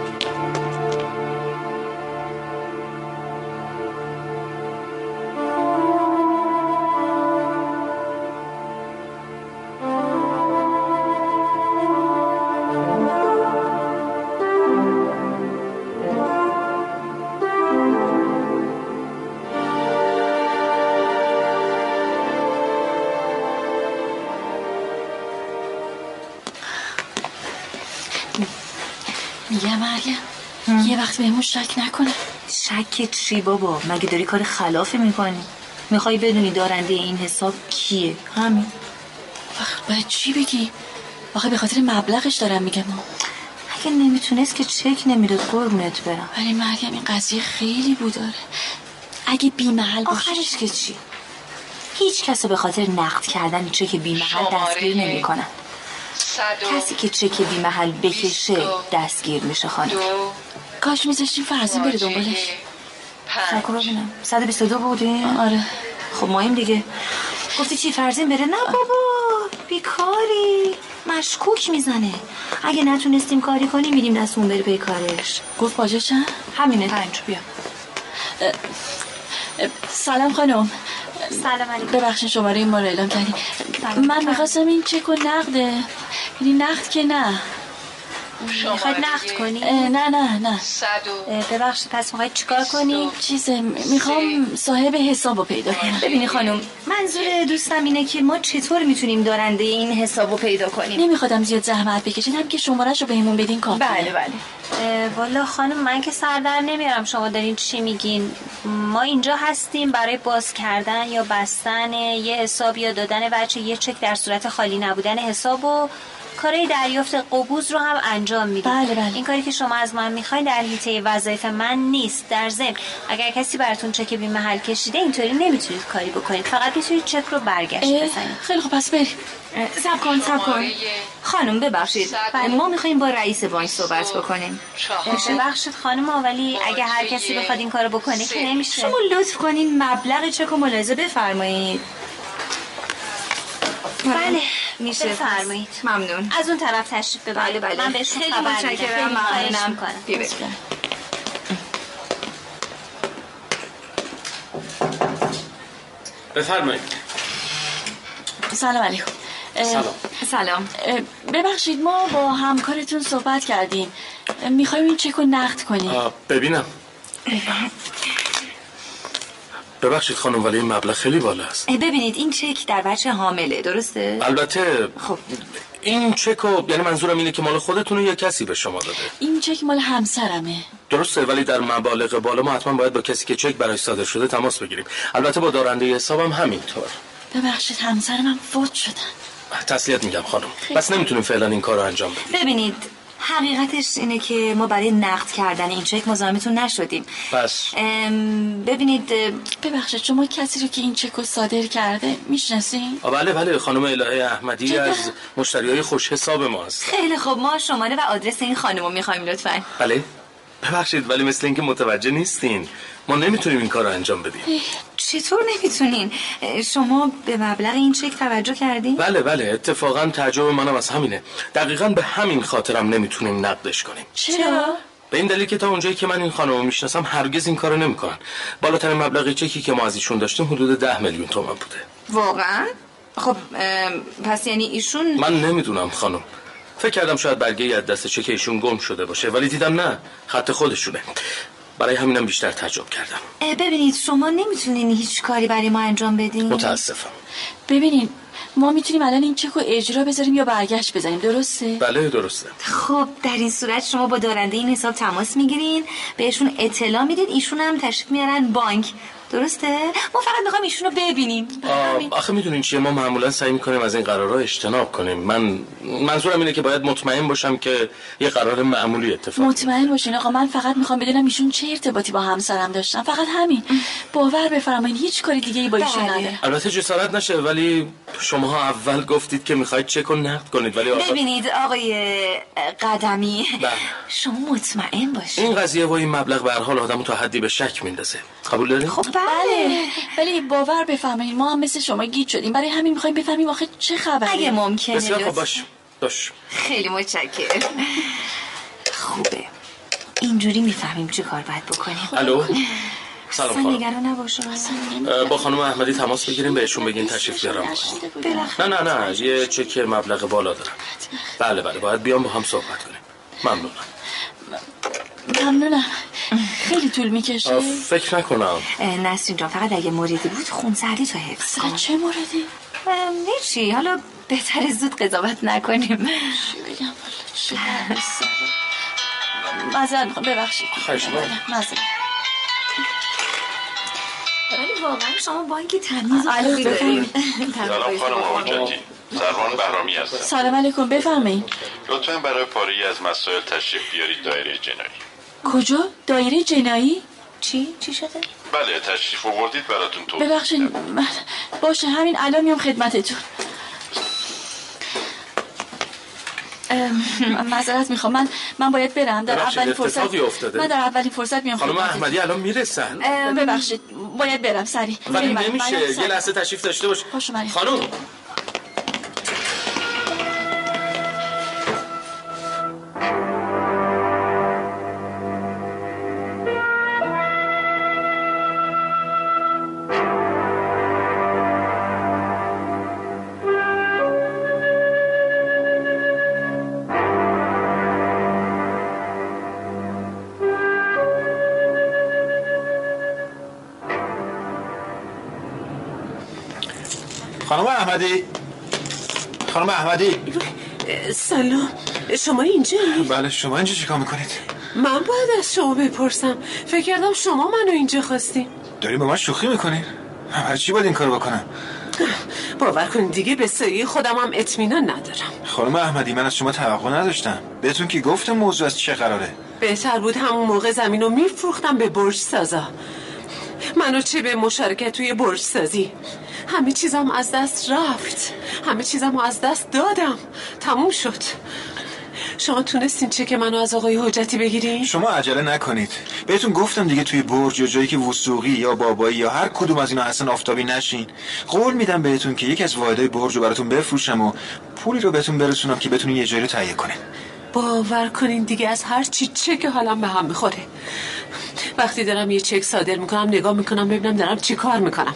[SPEAKER 2] میگم مریم یه وقت بهمون شک نکنه
[SPEAKER 5] شک چی بابا مگه داری کار خلافی میکنی میخوای بدونی دارنده این حساب کیه همین
[SPEAKER 2] وقت باید چی بگی آخه به خاطر مبلغش دارم میگم
[SPEAKER 5] اگه نمیتونست که چک نمیداد قربونت برم
[SPEAKER 2] ولی مریم این قضیه خیلی بود داره اگه بی محل باشه
[SPEAKER 5] آخرش که چی هیچ کس رو به خاطر نقد کردن چک بیمحل
[SPEAKER 8] شماره
[SPEAKER 5] دستگیر نمیکنن
[SPEAKER 8] صد و
[SPEAKER 5] کسی که چک بیمحل بکشه دستگیر میشه خانم
[SPEAKER 8] دو
[SPEAKER 2] کاش میذاشتیم فرزین بره دنبالش
[SPEAKER 8] پنج
[SPEAKER 5] شکر ببینم 122 بودیم
[SPEAKER 2] آره
[SPEAKER 5] خب مایم دیگه گفتی چی فرزین بره نه بابا بیکاری مشکوک میزنه اگه نتونستیم کاری کنی میریم دست اون بره پی کارش
[SPEAKER 2] گفت باجه چند
[SPEAKER 5] همینه پنج بیا
[SPEAKER 2] اه، سلام خانم
[SPEAKER 5] سلام علیکم
[SPEAKER 2] ببخشید شماره ما رو اعلام کردی من میخواستم این چک و نقده یعنی نقد که نه
[SPEAKER 5] میخواید نقد
[SPEAKER 2] اه،
[SPEAKER 5] کنی
[SPEAKER 2] نه نه نه
[SPEAKER 8] صد و
[SPEAKER 5] اه، ببخشید پس میخواید چیکار کنی
[SPEAKER 2] چیزه میخوام صاحب حساب رو پیدا کنم
[SPEAKER 5] ببینی خانم منظور دوستم اینه که ما چطور میتونیم دارنده این حساب رو پیدا کنیم
[SPEAKER 2] نمیخوادم زیاد زحمت بکشید هم که شمارهش رو بهمون بدین کافیه
[SPEAKER 5] بله اه، والا خانم من که سر در نمیارم شما دارین چی میگین ما اینجا هستیم برای باز کردن یا بستن یه حساب یا دادن بچه یه چک در صورت خالی نبودن حساب و کارهای دریافت قبوز رو هم انجام میدیم
[SPEAKER 2] بله، بله.
[SPEAKER 5] این کاری که شما از من میخواین در حیطه وظایف من نیست در ضمن اگر کسی براتون چک بی محل کشیده اینطوری نمیتونید کاری بکنید فقط میتونید چک رو برگشت
[SPEAKER 2] اه،
[SPEAKER 5] بزنید
[SPEAKER 2] خیلی خب پس بریم
[SPEAKER 5] سب کن سب کن خانم ببخشید ما میخوایم با رئیس بانک صحبت بکنیم ببخشید خانم ولی اگه هر کسی بخواد این کارو بکنه که نمیشه شما لطف کنین مبلغ چک و ملاحظه بفرمایید بله میشه بفرمایید ممنون از اون طرف تشریف ببرید بله بله. من بهشون خبر میدم ممنونم کنم
[SPEAKER 6] بفرمایید
[SPEAKER 2] سلام علیکم اه،
[SPEAKER 6] سلام
[SPEAKER 5] سلام
[SPEAKER 2] اه، ببخشید ما با همکارتون صحبت کردیم میخوایم این چک رو نقد کنیم
[SPEAKER 6] آه، ببینم ببخشید خانم ولی این مبلغ خیلی بالا است
[SPEAKER 5] ببینید این چک در بچه حامله درسته
[SPEAKER 6] البته
[SPEAKER 5] خب.
[SPEAKER 6] این چکو یعنی منظورم اینه که مال خودتونه یا کسی به شما داده
[SPEAKER 2] این چک مال همسرمه
[SPEAKER 6] درسته ولی در مبالغ بالا ما حتما باید با کسی که چک برای صادر شده تماس بگیریم البته با دارنده حسابم همینطور
[SPEAKER 2] ببخشید همسرمم فوت شدن
[SPEAKER 6] تسلیت میگم خانم بس نمیتونیم فعلا این کار رو انجام بدیم
[SPEAKER 5] ببینید حقیقتش اینه که ما برای نقد کردن این چک مزاحمتون نشدیم
[SPEAKER 6] پس
[SPEAKER 5] ام، ببینید ام،
[SPEAKER 2] ببخشید شما کسی رو که این چک رو صادر کرده میشناسین
[SPEAKER 6] آه، بله بله خانم الهه احمدی
[SPEAKER 2] چرا؟
[SPEAKER 6] از مشتری های خوش حساب ما است
[SPEAKER 5] خیلی خب ما شماره و آدرس این خانم رو میخوایم لطفا
[SPEAKER 6] بله ببخشید ولی مثل اینکه متوجه نیستین ما نمیتونیم این کار رو انجام بدیم
[SPEAKER 5] چطور نمیتونین شما به مبلغ این چک توجه کردین
[SPEAKER 6] بله بله اتفاقا تعجب منم از همینه دقیقا به همین خاطرم نمیتونیم نقدش کنیم
[SPEAKER 2] چرا؟
[SPEAKER 6] به این دلیل که تا اونجایی که من این خانم رو میشناسم هرگز این کارو نمیکنن بالاترین مبلغ چکی که ما از ایشون داشتیم حدود ده میلیون تومن بوده
[SPEAKER 5] واقعا خب ام، پس یعنی ایشون
[SPEAKER 6] من نمیدونم خانم فکر کردم شاید برگه از دست چک ایشون گم شده باشه ولی دیدم نه خط خودشونه برای همینم بیشتر تعجب کردم
[SPEAKER 5] اه، ببینید شما نمیتونین هیچ کاری برای ما انجام بدین
[SPEAKER 6] متاسفم
[SPEAKER 2] ببینین ما میتونیم الان این چک رو اجرا بذاریم یا برگشت بزنیم درسته؟
[SPEAKER 6] بله درسته
[SPEAKER 5] خب در این صورت شما با دارنده این حساب تماس میگیرین بهشون اطلاع میدید ایشون هم تشریف میارن بانک درسته ما فقط میخوایم ایشون رو ببینیم
[SPEAKER 6] آه،
[SPEAKER 5] همین.
[SPEAKER 6] آخه میدونین چیه ما معمولا سعی میکنیم از این قرارها اجتناب کنیم من منظورم اینه که باید مطمئن باشم که یه قرار معمولی اتفاق
[SPEAKER 2] مطمئن باشین آقا من فقط میخوام بدونم ایشون چه ارتباطی با همسرم داشتن فقط همین باور بفرمایید هیچ کاری دیگه ای با ایشون
[SPEAKER 5] بله.
[SPEAKER 2] ندارم
[SPEAKER 6] البته جسارت نشه ولی شما اول گفتید که میخواید چک و نقد کنید ولی آخر
[SPEAKER 5] ببینید آقای قدمی
[SPEAKER 6] بله.
[SPEAKER 5] شما مطمئن باشید
[SPEAKER 6] این قضیه و این مبلغ به هر حال آدمو تا حدی به شک میندازه قبول دارید
[SPEAKER 5] خب بله
[SPEAKER 2] ولی باور بفرمایید ما هم مثل شما گیج شدیم برای همین میخوایم بفهمیم آخه چه خبره
[SPEAKER 5] اگه ممکنه
[SPEAKER 6] بسیار خب
[SPEAKER 5] لطفاً.
[SPEAKER 6] باش باش
[SPEAKER 5] خیلی متشکرم خوبه اینجوری میفهمیم چه کار باید بکنیم
[SPEAKER 6] الو سلام
[SPEAKER 5] اصلا
[SPEAKER 6] خانم
[SPEAKER 5] نگران نباش
[SPEAKER 6] اه، با خانم احمدی تماس بگیریم بهشون بگین تشریف بیارم نه نه نه یه چک مبلغ بالا دارم بله بله باید بیام با هم صحبت کنیم ممنونم
[SPEAKER 2] ممنونم خیلی طول میکشه
[SPEAKER 6] آه، فکر نکنم
[SPEAKER 5] نسرین جان فقط اگه موردی بود خونسردی تو حفظ
[SPEAKER 2] سر
[SPEAKER 5] کن
[SPEAKER 2] چه موردی
[SPEAKER 5] ام، هیچی حالا بهتر زود قضاوت نکنیم
[SPEAKER 2] چی بگم والا چه
[SPEAKER 5] بله.
[SPEAKER 2] درد سره. معذرت میخوام ببخشید
[SPEAKER 6] خواهش می‌کنم.
[SPEAKER 2] معذرت.
[SPEAKER 5] ولی واقعا شما بانک تمیز
[SPEAKER 2] و خوبی دارید.
[SPEAKER 5] خانم
[SPEAKER 6] سلام خانم
[SPEAKER 9] زربان بهرامی هستم
[SPEAKER 2] سلام علیکم بفرمایید
[SPEAKER 9] لطفا برای پاری از مسائل تشریف بیارید دایره جنایی
[SPEAKER 2] کجا دایره جنایی
[SPEAKER 5] چی؟ چی شده؟
[SPEAKER 9] بله تشریف آوردید براتون تو
[SPEAKER 2] ببخشید من باشه همین الان میام خدمتتون ام، من معذرت میخوام من من باید برم در
[SPEAKER 10] ببخشید،
[SPEAKER 2] اولین فرصت
[SPEAKER 10] اتفاقی افتاده.
[SPEAKER 2] من در اولین فرصت میام
[SPEAKER 10] خانم
[SPEAKER 2] خدمتتون.
[SPEAKER 10] احمدی الان میرسن
[SPEAKER 2] ام، ببخشید باید برم بله، سری
[SPEAKER 10] ولی
[SPEAKER 2] برم. باید
[SPEAKER 10] نمیشه
[SPEAKER 2] سری.
[SPEAKER 10] یه لحظه تشریف داشته باش
[SPEAKER 2] خوش اومدید.
[SPEAKER 10] خانم
[SPEAKER 4] خانم احمدی خانم احمدی
[SPEAKER 8] سلام شما اینجا
[SPEAKER 4] بله شما اینجا چیکار میکنید
[SPEAKER 8] من باید از شما بپرسم فکر کردم شما منو اینجا خواستیم
[SPEAKER 4] داریم به من شوخی میکنین برای چی باید این کارو بکنم
[SPEAKER 8] باور کن دیگه به سایه خودم هم اطمینان ندارم
[SPEAKER 4] خانم احمدی من از شما توقع نداشتم بهتون که گفتم موضوع از چه قراره
[SPEAKER 8] بهتر بود همون موقع زمین رو میفروختم به برج سازا منو چه به مشارکت توی برج سازی همه چیزم از دست رفت همه چیزم رو از دست دادم تموم شد شما تونستین چه که منو از آقای حجتی بگیرین؟
[SPEAKER 4] شما عجله نکنید بهتون گفتم دیگه توی برج یا جایی که وسوقی یا بابایی یا هر کدوم از اینا هستن آفتابی نشین قول میدم بهتون که یکی از واحدهای برج رو براتون بفروشم و پولی رو بهتون برسونم که بتونین یه جایی رو تهیه کنین
[SPEAKER 8] باور کنین دیگه از هر چی چک حالم به هم میخوره وقتی دارم یه چک صادر میکنم نگاه میکنم ببینم دارم چی کار میکنم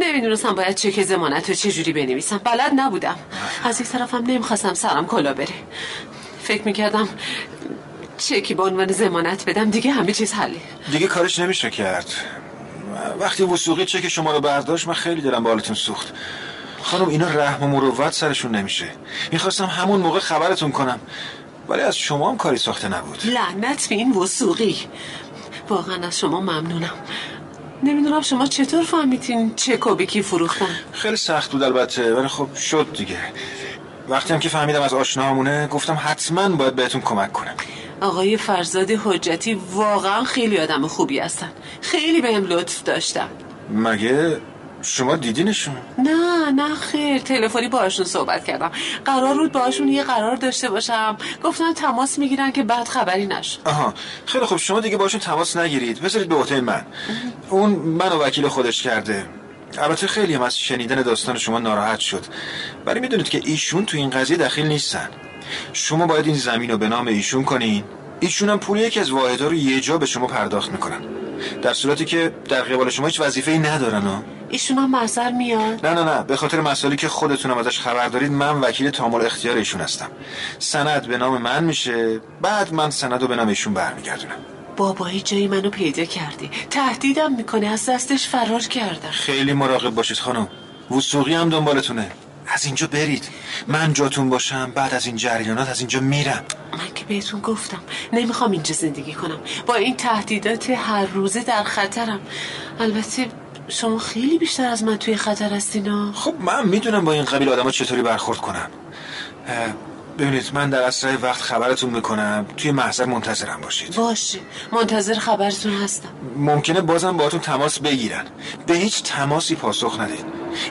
[SPEAKER 8] نمیدونستم باید چک زمانت رو چجوری بنویسم بلد نبودم از یک طرفم نمیخواستم سرم کلا بره فکر میکردم چکی به عنوان زمانت بدم دیگه همه چیز حله
[SPEAKER 4] دیگه کارش نمیشه کرد وقتی وسوقی چک شما رو برداشت من خیلی دلم به حالتون سوخت خانم اینا رحم و مروت سرشون نمیشه میخواستم همون موقع خبرتون کنم ولی از شما هم کاری ساخته نبود
[SPEAKER 8] لعنت به این وسوقی واقعا از شما ممنونم نمیدونم شما چطور فهمیدین چک و به کی فروختم
[SPEAKER 4] خیلی سخت بود البته ولی خب شد دیگه وقتی هم که فهمیدم از آشناهامونه گفتم حتما باید بهتون کمک کنم
[SPEAKER 8] آقای فرزاد حجتی واقعا خیلی آدم خوبی هستن خیلی بهم لطف داشتم
[SPEAKER 4] مگه شما دیدینشون
[SPEAKER 8] نه نه خیر تلفنی باهاشون صحبت کردم قرار بود باهاشون یه قرار داشته باشم گفتن تماس میگیرن که بعد خبری نشد
[SPEAKER 4] آها خیلی خب شما دیگه باشون تماس نگیرید بذارید به عهده من اون منو وکیل خودش کرده البته خیلی هم از شنیدن داستان شما ناراحت شد ولی میدونید که ایشون تو این قضیه دخیل نیستن شما باید این زمین رو به نام ایشون کنین ایشون هم پول یکی از واحدها رو یه جا به شما پرداخت میکنن در صورتی که در قبال شما هیچ وظیفه ای ندارن ها.
[SPEAKER 8] ایشون هم محضر میاد
[SPEAKER 4] نه نه نه به خاطر مسائلی که خودتونم ازش خبر دارید من وکیل تامل اختیار ایشون هستم سند به نام من میشه بعد من سند رو به نام ایشون برمیگردونم
[SPEAKER 8] بابایی جایی منو پیدا کردی تهدیدم میکنه از دستش فرار کردم
[SPEAKER 4] خیلی مراقب باشید خانم وسوقی هم دنبالتونه از اینجا برید من جاتون باشم بعد از این جریانات از اینجا میرم
[SPEAKER 8] من که بهتون گفتم نمیخوام اینجا زندگی کنم با این تهدیدات هر روزه در خطرم البته شما خیلی بیشتر از من توی خطر هستین ها.
[SPEAKER 4] خب من میدونم با این قبیل آدما چطوری برخورد کنم اه، ببینید من در اسرع وقت خبرتون میکنم توی محضر منتظرم باشید
[SPEAKER 8] باشه منتظر خبرتون هستم
[SPEAKER 4] ممکنه بازم باهاتون تماس بگیرن به هیچ تماسی پاسخ ندید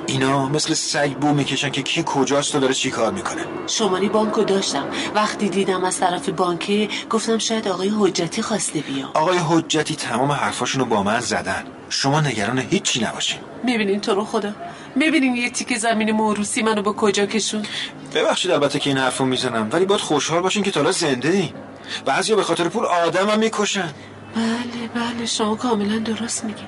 [SPEAKER 4] اینا مثل سگ بو میکشن که کی کجاست و داره چی کار میکنه
[SPEAKER 8] شماره بانکو داشتم وقتی دیدم از طرف بانکه گفتم شاید آقای حجتی خواسته بیا
[SPEAKER 4] آقای حجتی تمام حرفاشونو با من زدن شما نگران هیچی نباشین
[SPEAKER 8] میبینین تو رو خدا میبینین یه تیک زمین موروسی منو با کجا کشون
[SPEAKER 4] ببخشید البته که این حرفو میزنم ولی باید خوشحال باشین که تالا زنده ای بعضیا به خاطر پول آدمم میکشن
[SPEAKER 8] بله بله شما کاملا درست میگین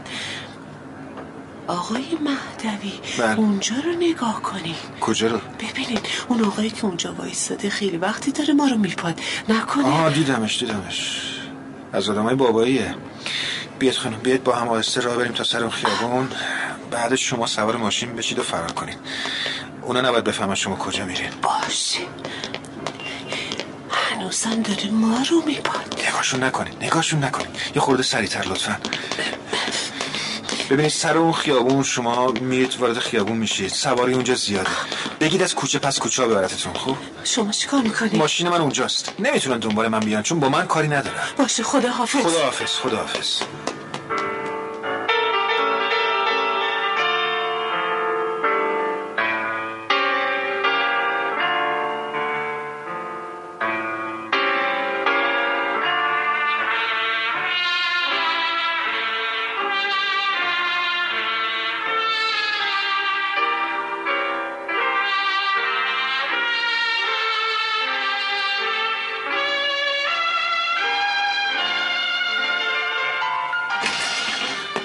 [SPEAKER 8] آقای مهدوی
[SPEAKER 4] بله.
[SPEAKER 8] اونجا رو نگاه کنین
[SPEAKER 4] کجا رو
[SPEAKER 8] ببینین اون آقایی که اونجا وایستاده خیلی وقتی داره ما رو میپاد نکنه
[SPEAKER 4] آها دیدمش دیدمش از آدمای باباییه بیاد خانم بیاد با هم آهسته راه بریم تا سر اون خیابون بعد شما سوار ماشین بشید و فرار کنید اونا نباید بفهمن شما کجا میرین
[SPEAKER 8] باشه هنوزم داره ما رو میپاد
[SPEAKER 4] نگاهشون نکنید نگاهشون نکنید یه خورده سریعتر لطفا ببینید سر اون خیابون شما میرید وارد خیابون میشید سواری اونجا زیاده بگید از کوچه پس کوچه ها ببرتتون خوب
[SPEAKER 8] شما چیکار میکنی؟
[SPEAKER 4] ماشین من اونجاست نمیتونن دنبال من بیان چون با من کاری ندارن
[SPEAKER 8] باشه خدا حافظ
[SPEAKER 4] خدا حافظ خدا حافظ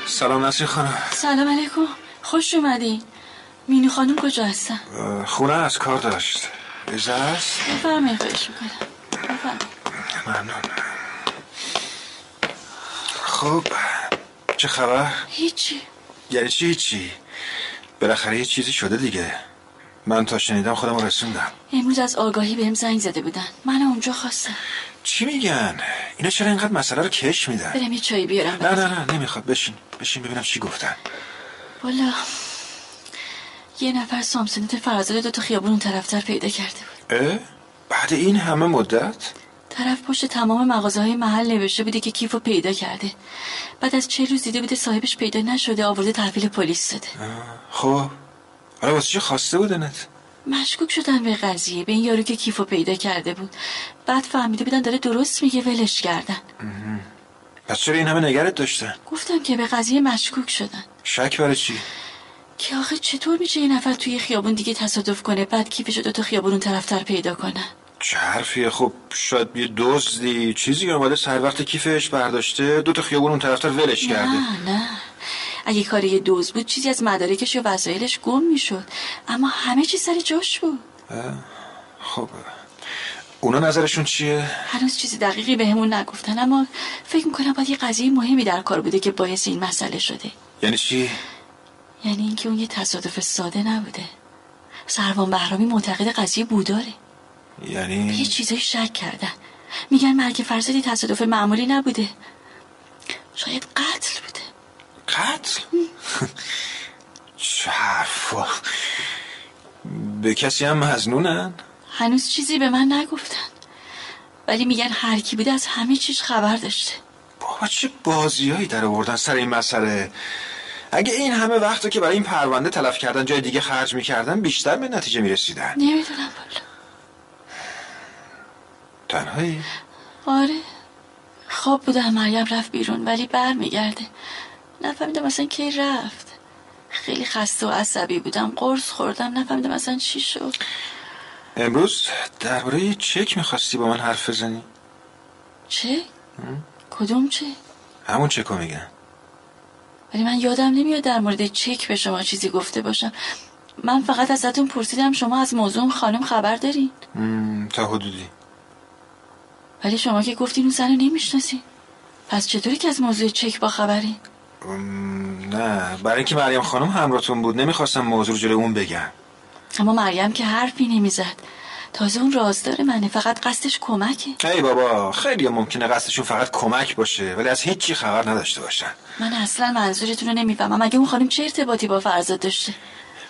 [SPEAKER 4] سلام نسری خانم
[SPEAKER 2] سلام علیکم خوش اومدین مینو خانم کجا هستن
[SPEAKER 4] اه، خونه از کار داشت اجازه
[SPEAKER 2] بفرمایید خواهش میکنم بفرمایید
[SPEAKER 4] ممنون خب چه خبر؟
[SPEAKER 2] هیچی
[SPEAKER 4] یعنی چی هیچی؟ بالاخره یه چیزی شده دیگه من تا شنیدم خودم رو رسوندم
[SPEAKER 2] امروز از آگاهی بهم زنگ زده بودن من اونجا خواستم
[SPEAKER 4] چی میگن؟ اینا چرا اینقدر مسئله رو کش میدن؟
[SPEAKER 2] برم یه چای بیارم
[SPEAKER 4] نه نه نه نمیخواد بشین بشین ببینم چی گفتن
[SPEAKER 2] والا یه نفر سامسونیت فرزاد دو تا خیابون اون طرفتر پیدا کرده بود
[SPEAKER 4] اه؟ بعد این همه مدت؟
[SPEAKER 2] طرف پشت تمام مغازه های محل نوشته بوده که کیف رو پیدا کرده بعد از چه روز دیده بوده صاحبش پیدا نشده آورده تحویل پلیس داده
[SPEAKER 4] خب حالا واسه چی خواسته بودنت؟
[SPEAKER 2] مشکوک شدن به قضیه به این یارو که کیف رو پیدا کرده بود بعد فهمیده بودن داره درست میگه ولش کردن
[SPEAKER 4] پس چرا این همه نگرت داشتن؟
[SPEAKER 2] گفتم که به قضیه مشکوک شدن
[SPEAKER 4] شک برای چی؟
[SPEAKER 2] که آخه چطور میشه یه نفر توی یه خیابون دیگه تصادف کنه بعد کیفش رو دوتا خیابون اون طرفتر پیدا کنن
[SPEAKER 4] چه حرفیه خب شاید یه دزدی چیزی اومده سر وقت کیفش برداشته دو تا خیابون اون طرفتر ولش کرده
[SPEAKER 2] نه نه اگه کار یه دوز بود چیزی از مدارکش یا وسایلش گم میشد اما همه چیز سر جاش بود
[SPEAKER 4] اه، خب اونا نظرشون چیه؟
[SPEAKER 2] هنوز چیز دقیقی بهمون نگفتن اما فکر میکنم باید یه قضیه مهمی در کار بوده که باعث این مسئله شده
[SPEAKER 4] یعنی چی؟
[SPEAKER 2] یعنی اینکه اون یه تصادف ساده نبوده سروان بهرامی معتقد قضیه بوداره به یه
[SPEAKER 4] یعنی
[SPEAKER 2] چیزایی شک کردن میگن مرگ فرزادی تصادف معمولی نبوده شاید قتل بوده
[SPEAKER 4] قتل؟ چه حرفا به کسی هم مزنونن؟
[SPEAKER 2] هنوز چیزی به من نگفتن ولی میگن هر کی بوده از همه چیز خبر داشته
[SPEAKER 4] بابا چه بازیایی در آوردن سر این مسئله اگه این همه وقت رو که برای این پرونده تلف کردن جای دیگه خرج میکردن بیشتر به نتیجه میرسیدن
[SPEAKER 2] نمیدونم والا
[SPEAKER 4] تنهایی؟
[SPEAKER 2] آره خواب بودم مریم رفت بیرون ولی بر میگرده نفهمیدم اصلا کی رفت خیلی خسته و عصبی بودم قرص خوردم نفهمیدم اصلا چی شد
[SPEAKER 4] امروز درباره یه چک میخواستی با من حرف بزنی
[SPEAKER 2] چه؟ کدوم چه؟
[SPEAKER 4] همون چکو میگم
[SPEAKER 2] ولی من یادم نمیاد در مورد چک به شما چیزی گفته باشم من فقط ازتون پرسیدم شما از موضوع اون خانم خبر دارین
[SPEAKER 4] مم، تا حدودی
[SPEAKER 2] ولی شما که گفتین اون زن رو نمیشناسین پس چطوری که از موضوع چک با خبرین
[SPEAKER 4] مم، نه برای اینکه مریم خانم همراهتون بود نمیخواستم موضوع رو جلوی اون بگم
[SPEAKER 2] اما مریم که حرفی نمیزد تازه اون رازدار منه فقط قصدش کمکه
[SPEAKER 4] ای بابا خیلی ممکنه قصدشون فقط کمک باشه ولی از هیچی خبر نداشته باشن
[SPEAKER 2] من اصلا منظورتون رو نمیفهمم اگه اون خانم چه ارتباطی با فرزاد داشته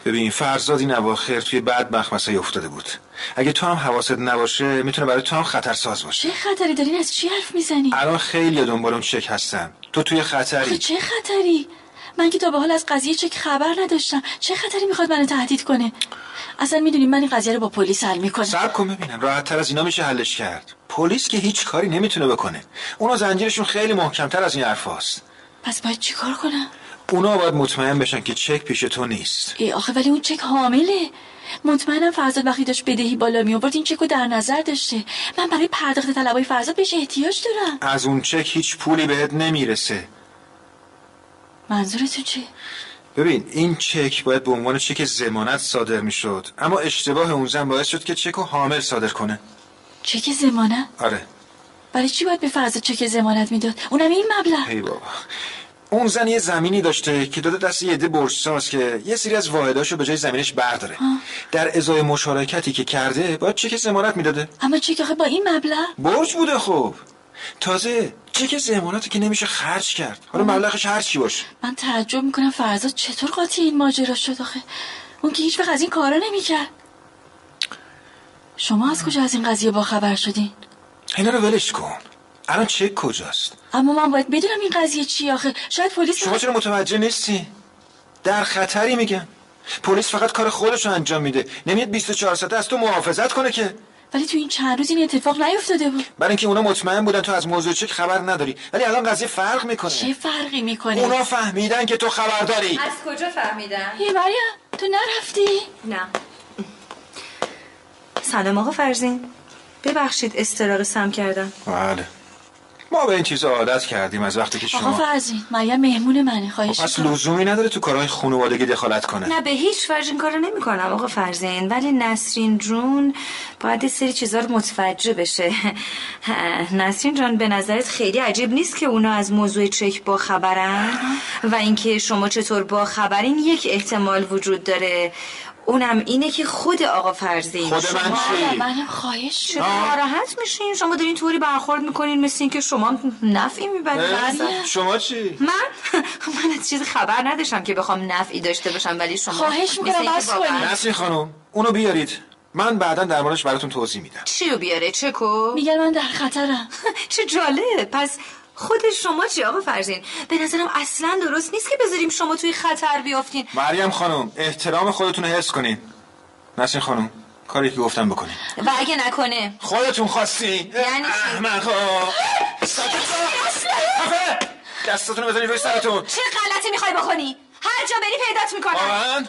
[SPEAKER 4] ببین فرزاد این اواخر توی بد مخمسه افتاده بود اگه تو هم حواست نباشه میتونه برای تو هم خطرساز باشه
[SPEAKER 2] چه خطری دارین از چی حرف میزنی
[SPEAKER 4] الان خیلی دنبال اون چک هستم تو توی
[SPEAKER 2] آخه
[SPEAKER 4] خطری
[SPEAKER 2] چه خطری من که تا به حال از قضیه چک خبر نداشتم چه خطری میخواد منو تهدید کنه اصلا میدونی من این قضیه رو با پلیس حل میکنم
[SPEAKER 4] صبر کن ببینم راحت تر از اینا میشه حلش کرد پلیس که هیچ کاری نمیتونه بکنه اونا زنجیرشون خیلی محکمتر از این حرفاست
[SPEAKER 2] پس باید چیکار کنم
[SPEAKER 4] اونا باید مطمئن بشن که چک پیش تو نیست
[SPEAKER 2] ای آخه ولی اون چک حامله مطمئنم فرزاد وقتی داشت بدهی بالا می آورد این چک رو در نظر داشته من برای پرداخت طلبای فرزاد بهش احتیاج دارم
[SPEAKER 4] از اون چک هیچ پولی بهت نمیرسه
[SPEAKER 2] منظور تو چیه
[SPEAKER 4] ببین این چک باید به عنوان چک زمانت صادر میشد اما اشتباه اون زن باعث شد که چک رو حامل صادر کنه
[SPEAKER 2] چک زمانت
[SPEAKER 4] آره
[SPEAKER 2] برای چی باید به فرزاد چک زمانت میداد اونم این مبلغ
[SPEAKER 4] ای بابا اون زن یه زمینی داشته که داده دست یه عده برجساز که یه سری از واحداشو به جای زمینش برداره در ازای مشارکتی که کرده باید چک زمانت میداده
[SPEAKER 2] اما چک آخه با این مبلغ
[SPEAKER 4] برج بوده خب تازه چک زماناتی که نمیشه خرج کرد حالا مبلغش هر چی باشه
[SPEAKER 2] من تعجب میکنم فرزاد چطور قاطی این ماجرا شد آخه اون که هیچ وقت از این کارا نمیکرد شما از کجا از این قضیه با خبر شدین
[SPEAKER 4] اینا رو ولش کن الان چک کجاست
[SPEAKER 2] اما من باید بدونم این قضیه چی آخه شاید پلیس
[SPEAKER 4] شما چرا متوجه نیستی در خطری میگن پلیس فقط کار خودش رو انجام میده نمیاد 24 ساعته از تو محافظت کنه که
[SPEAKER 2] ولی تو این چند روز این اتفاق نیفتاده بود
[SPEAKER 4] برای اینکه اونا مطمئن بودن تو از موضوع چک خبر نداری ولی الان قضیه فرق میکنه
[SPEAKER 2] چه فرقی میکنه
[SPEAKER 4] اونا فهمیدن که تو خبر داری
[SPEAKER 11] از کجا فهمیدن؟
[SPEAKER 2] هی مریم تو نرفتی؟
[SPEAKER 5] نه سلام آقا فرزین ببخشید استراغ سم کردم
[SPEAKER 4] بله ما به این چیزا عادت کردیم از وقتی که
[SPEAKER 2] آقا
[SPEAKER 4] شما خب
[SPEAKER 2] فرزین مریم مهمون منه خواهش
[SPEAKER 4] پس
[SPEAKER 2] می‌کنم.
[SPEAKER 4] لزومی نداره تو کارهای خانوادگی دخالت کنه
[SPEAKER 5] نه به هیچ وجه این کارو نمیکنم آقا فرزین ولی نسرین جون باید یه سری چیزا رو متوجه بشه نسرین جان به نظرت خیلی عجیب نیست که اونا از موضوع چک با خبرن و اینکه شما چطور با خبرین یک احتمال وجود داره اونم اینه که خود آقا فرزین
[SPEAKER 4] خود من
[SPEAKER 5] شما-
[SPEAKER 4] چی؟
[SPEAKER 2] منم خواهش
[SPEAKER 5] چرا ناراحت میشین شما دارین طوری برخورد میکنین مثل اینکه شما نفعی میبرین
[SPEAKER 4] اه؟ شما چی؟
[SPEAKER 5] من من از چیز خبر نداشتم که بخوام نفعی داشته باشم ولی شما
[SPEAKER 2] خواهش می‌کنم،
[SPEAKER 5] مثل اینکه
[SPEAKER 2] بس
[SPEAKER 5] واقعاً-
[SPEAKER 2] کنید.
[SPEAKER 4] نسرین خانم اونو بیارید من بعدا در موردش براتون توضیح میدم
[SPEAKER 5] چی رو بیاره چکو
[SPEAKER 2] میگن من در خطرم
[SPEAKER 5] چه جالب پس خود شما چی آقا فرزین به نظرم اصلا درست نیست که بذاریم شما توی خطر بیافتین
[SPEAKER 4] مریم خانم احترام خودتون رو حفظ کنین نسرین خانم کاری که گفتم بکنین
[SPEAKER 5] و اگه نکنه
[SPEAKER 4] خودتون خواستی خب.
[SPEAKER 5] یعنی چی؟
[SPEAKER 4] احمقا ساکت باش. خفه. دستتون رو بزنید روی سرتون
[SPEAKER 5] چه غلطی میخوای بکنی هر جا بری پیدات میکنم
[SPEAKER 4] واقعا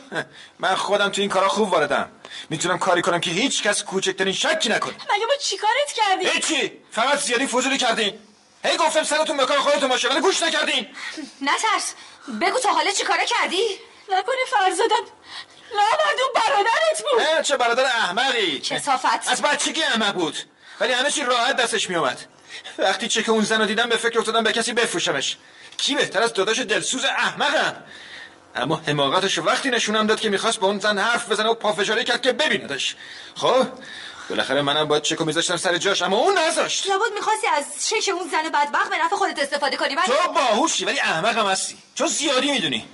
[SPEAKER 4] من خودم تو این کارا خوب واردم میتونم کاری کنم که هیچ کس کوچکترین شکی نکنه
[SPEAKER 2] مگه ما چیکارت کردیم
[SPEAKER 4] هیچی فقط زیادی فضولی کردین هی گفتم سرتون به کار خودتون باشه ولی گوش نکردین
[SPEAKER 5] نترس بگو تا حالا چیکارا کردی
[SPEAKER 2] نکنه فرزادم لعنت اون برادرت بود
[SPEAKER 4] نه چه برادر احمقی
[SPEAKER 5] کسافت.
[SPEAKER 4] از بچگی احمق بود ولی همه چی راحت دستش میومد وقتی چک اون زن رو دیدم به فکر افتادم به کسی بفروشمش کی بهتر از داداش دلسوز احمقم اما حماقتش رو وقتی نشونم داد که میخواست با اون زن حرف بزنه و پافشاری کرد که ببیندش خب بالاخره منم باید چکو میذاشتم سر جاش اما اون نذاشت
[SPEAKER 5] لابد میخواستی از چک اون زن بدبخت به نفع خودت استفاده کنی ولی
[SPEAKER 4] تو باهوشی ولی احمقم هستی چون زیادی میدونی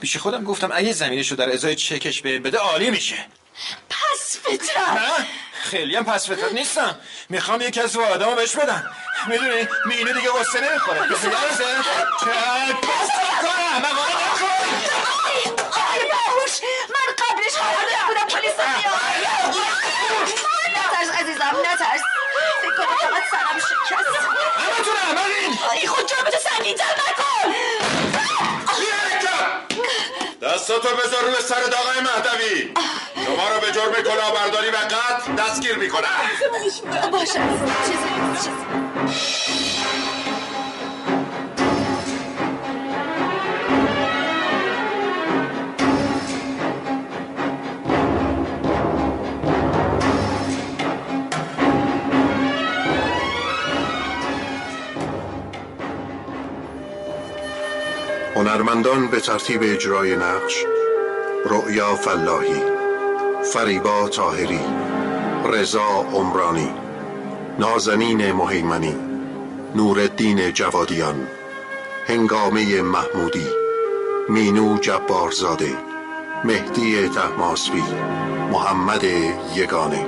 [SPEAKER 4] پیش خودم گفتم اگه زمینش رو در ازای چکش به بده عالی میشه
[SPEAKER 2] پس فترت
[SPEAKER 4] نه خیلی هم پس فطرت نیستم میخوام یکی از آدمو بهش بدم میدونی مینو دیگه قصه نمیخوره کسی درسه چک بس کنم مقاله نکن
[SPEAKER 5] آی باهوش من قبلش قرار بودم پلیس رو بیارم نترس عزیزم نترس فکر کنم فقط سرم شکست
[SPEAKER 4] همه تو احمقین
[SPEAKER 5] آی خود جرمتو سنگین‌تر نکن
[SPEAKER 9] دستاتو بذار روی سر داغای مهدوی شما رو به جرم کلاهبرداری و قتل دستگیر میکنم
[SPEAKER 5] باشه چیزی چیزی
[SPEAKER 1] هنرمندان به ترتیب اجرای نقش رؤیا فلاحی فریبا تاهری رضا عمرانی نازنین مهیمنی نوردین جوادیان هنگامه محمودی مینو جبارزاده مهدی تحماسبی محمد یگانه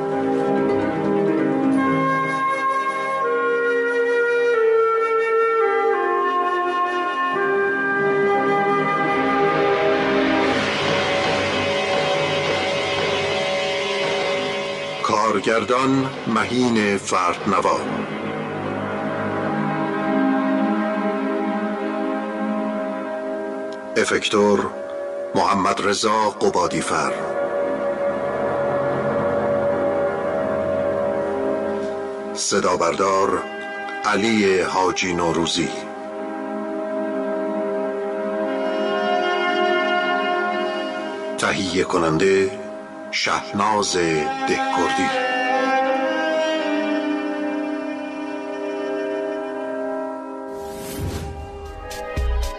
[SPEAKER 1] کارگردان مهین فردنوا افکتور محمد رضا قبادیفر صدا بردار علی حاجی نوروزی تهیه کننده شهناز دهکردی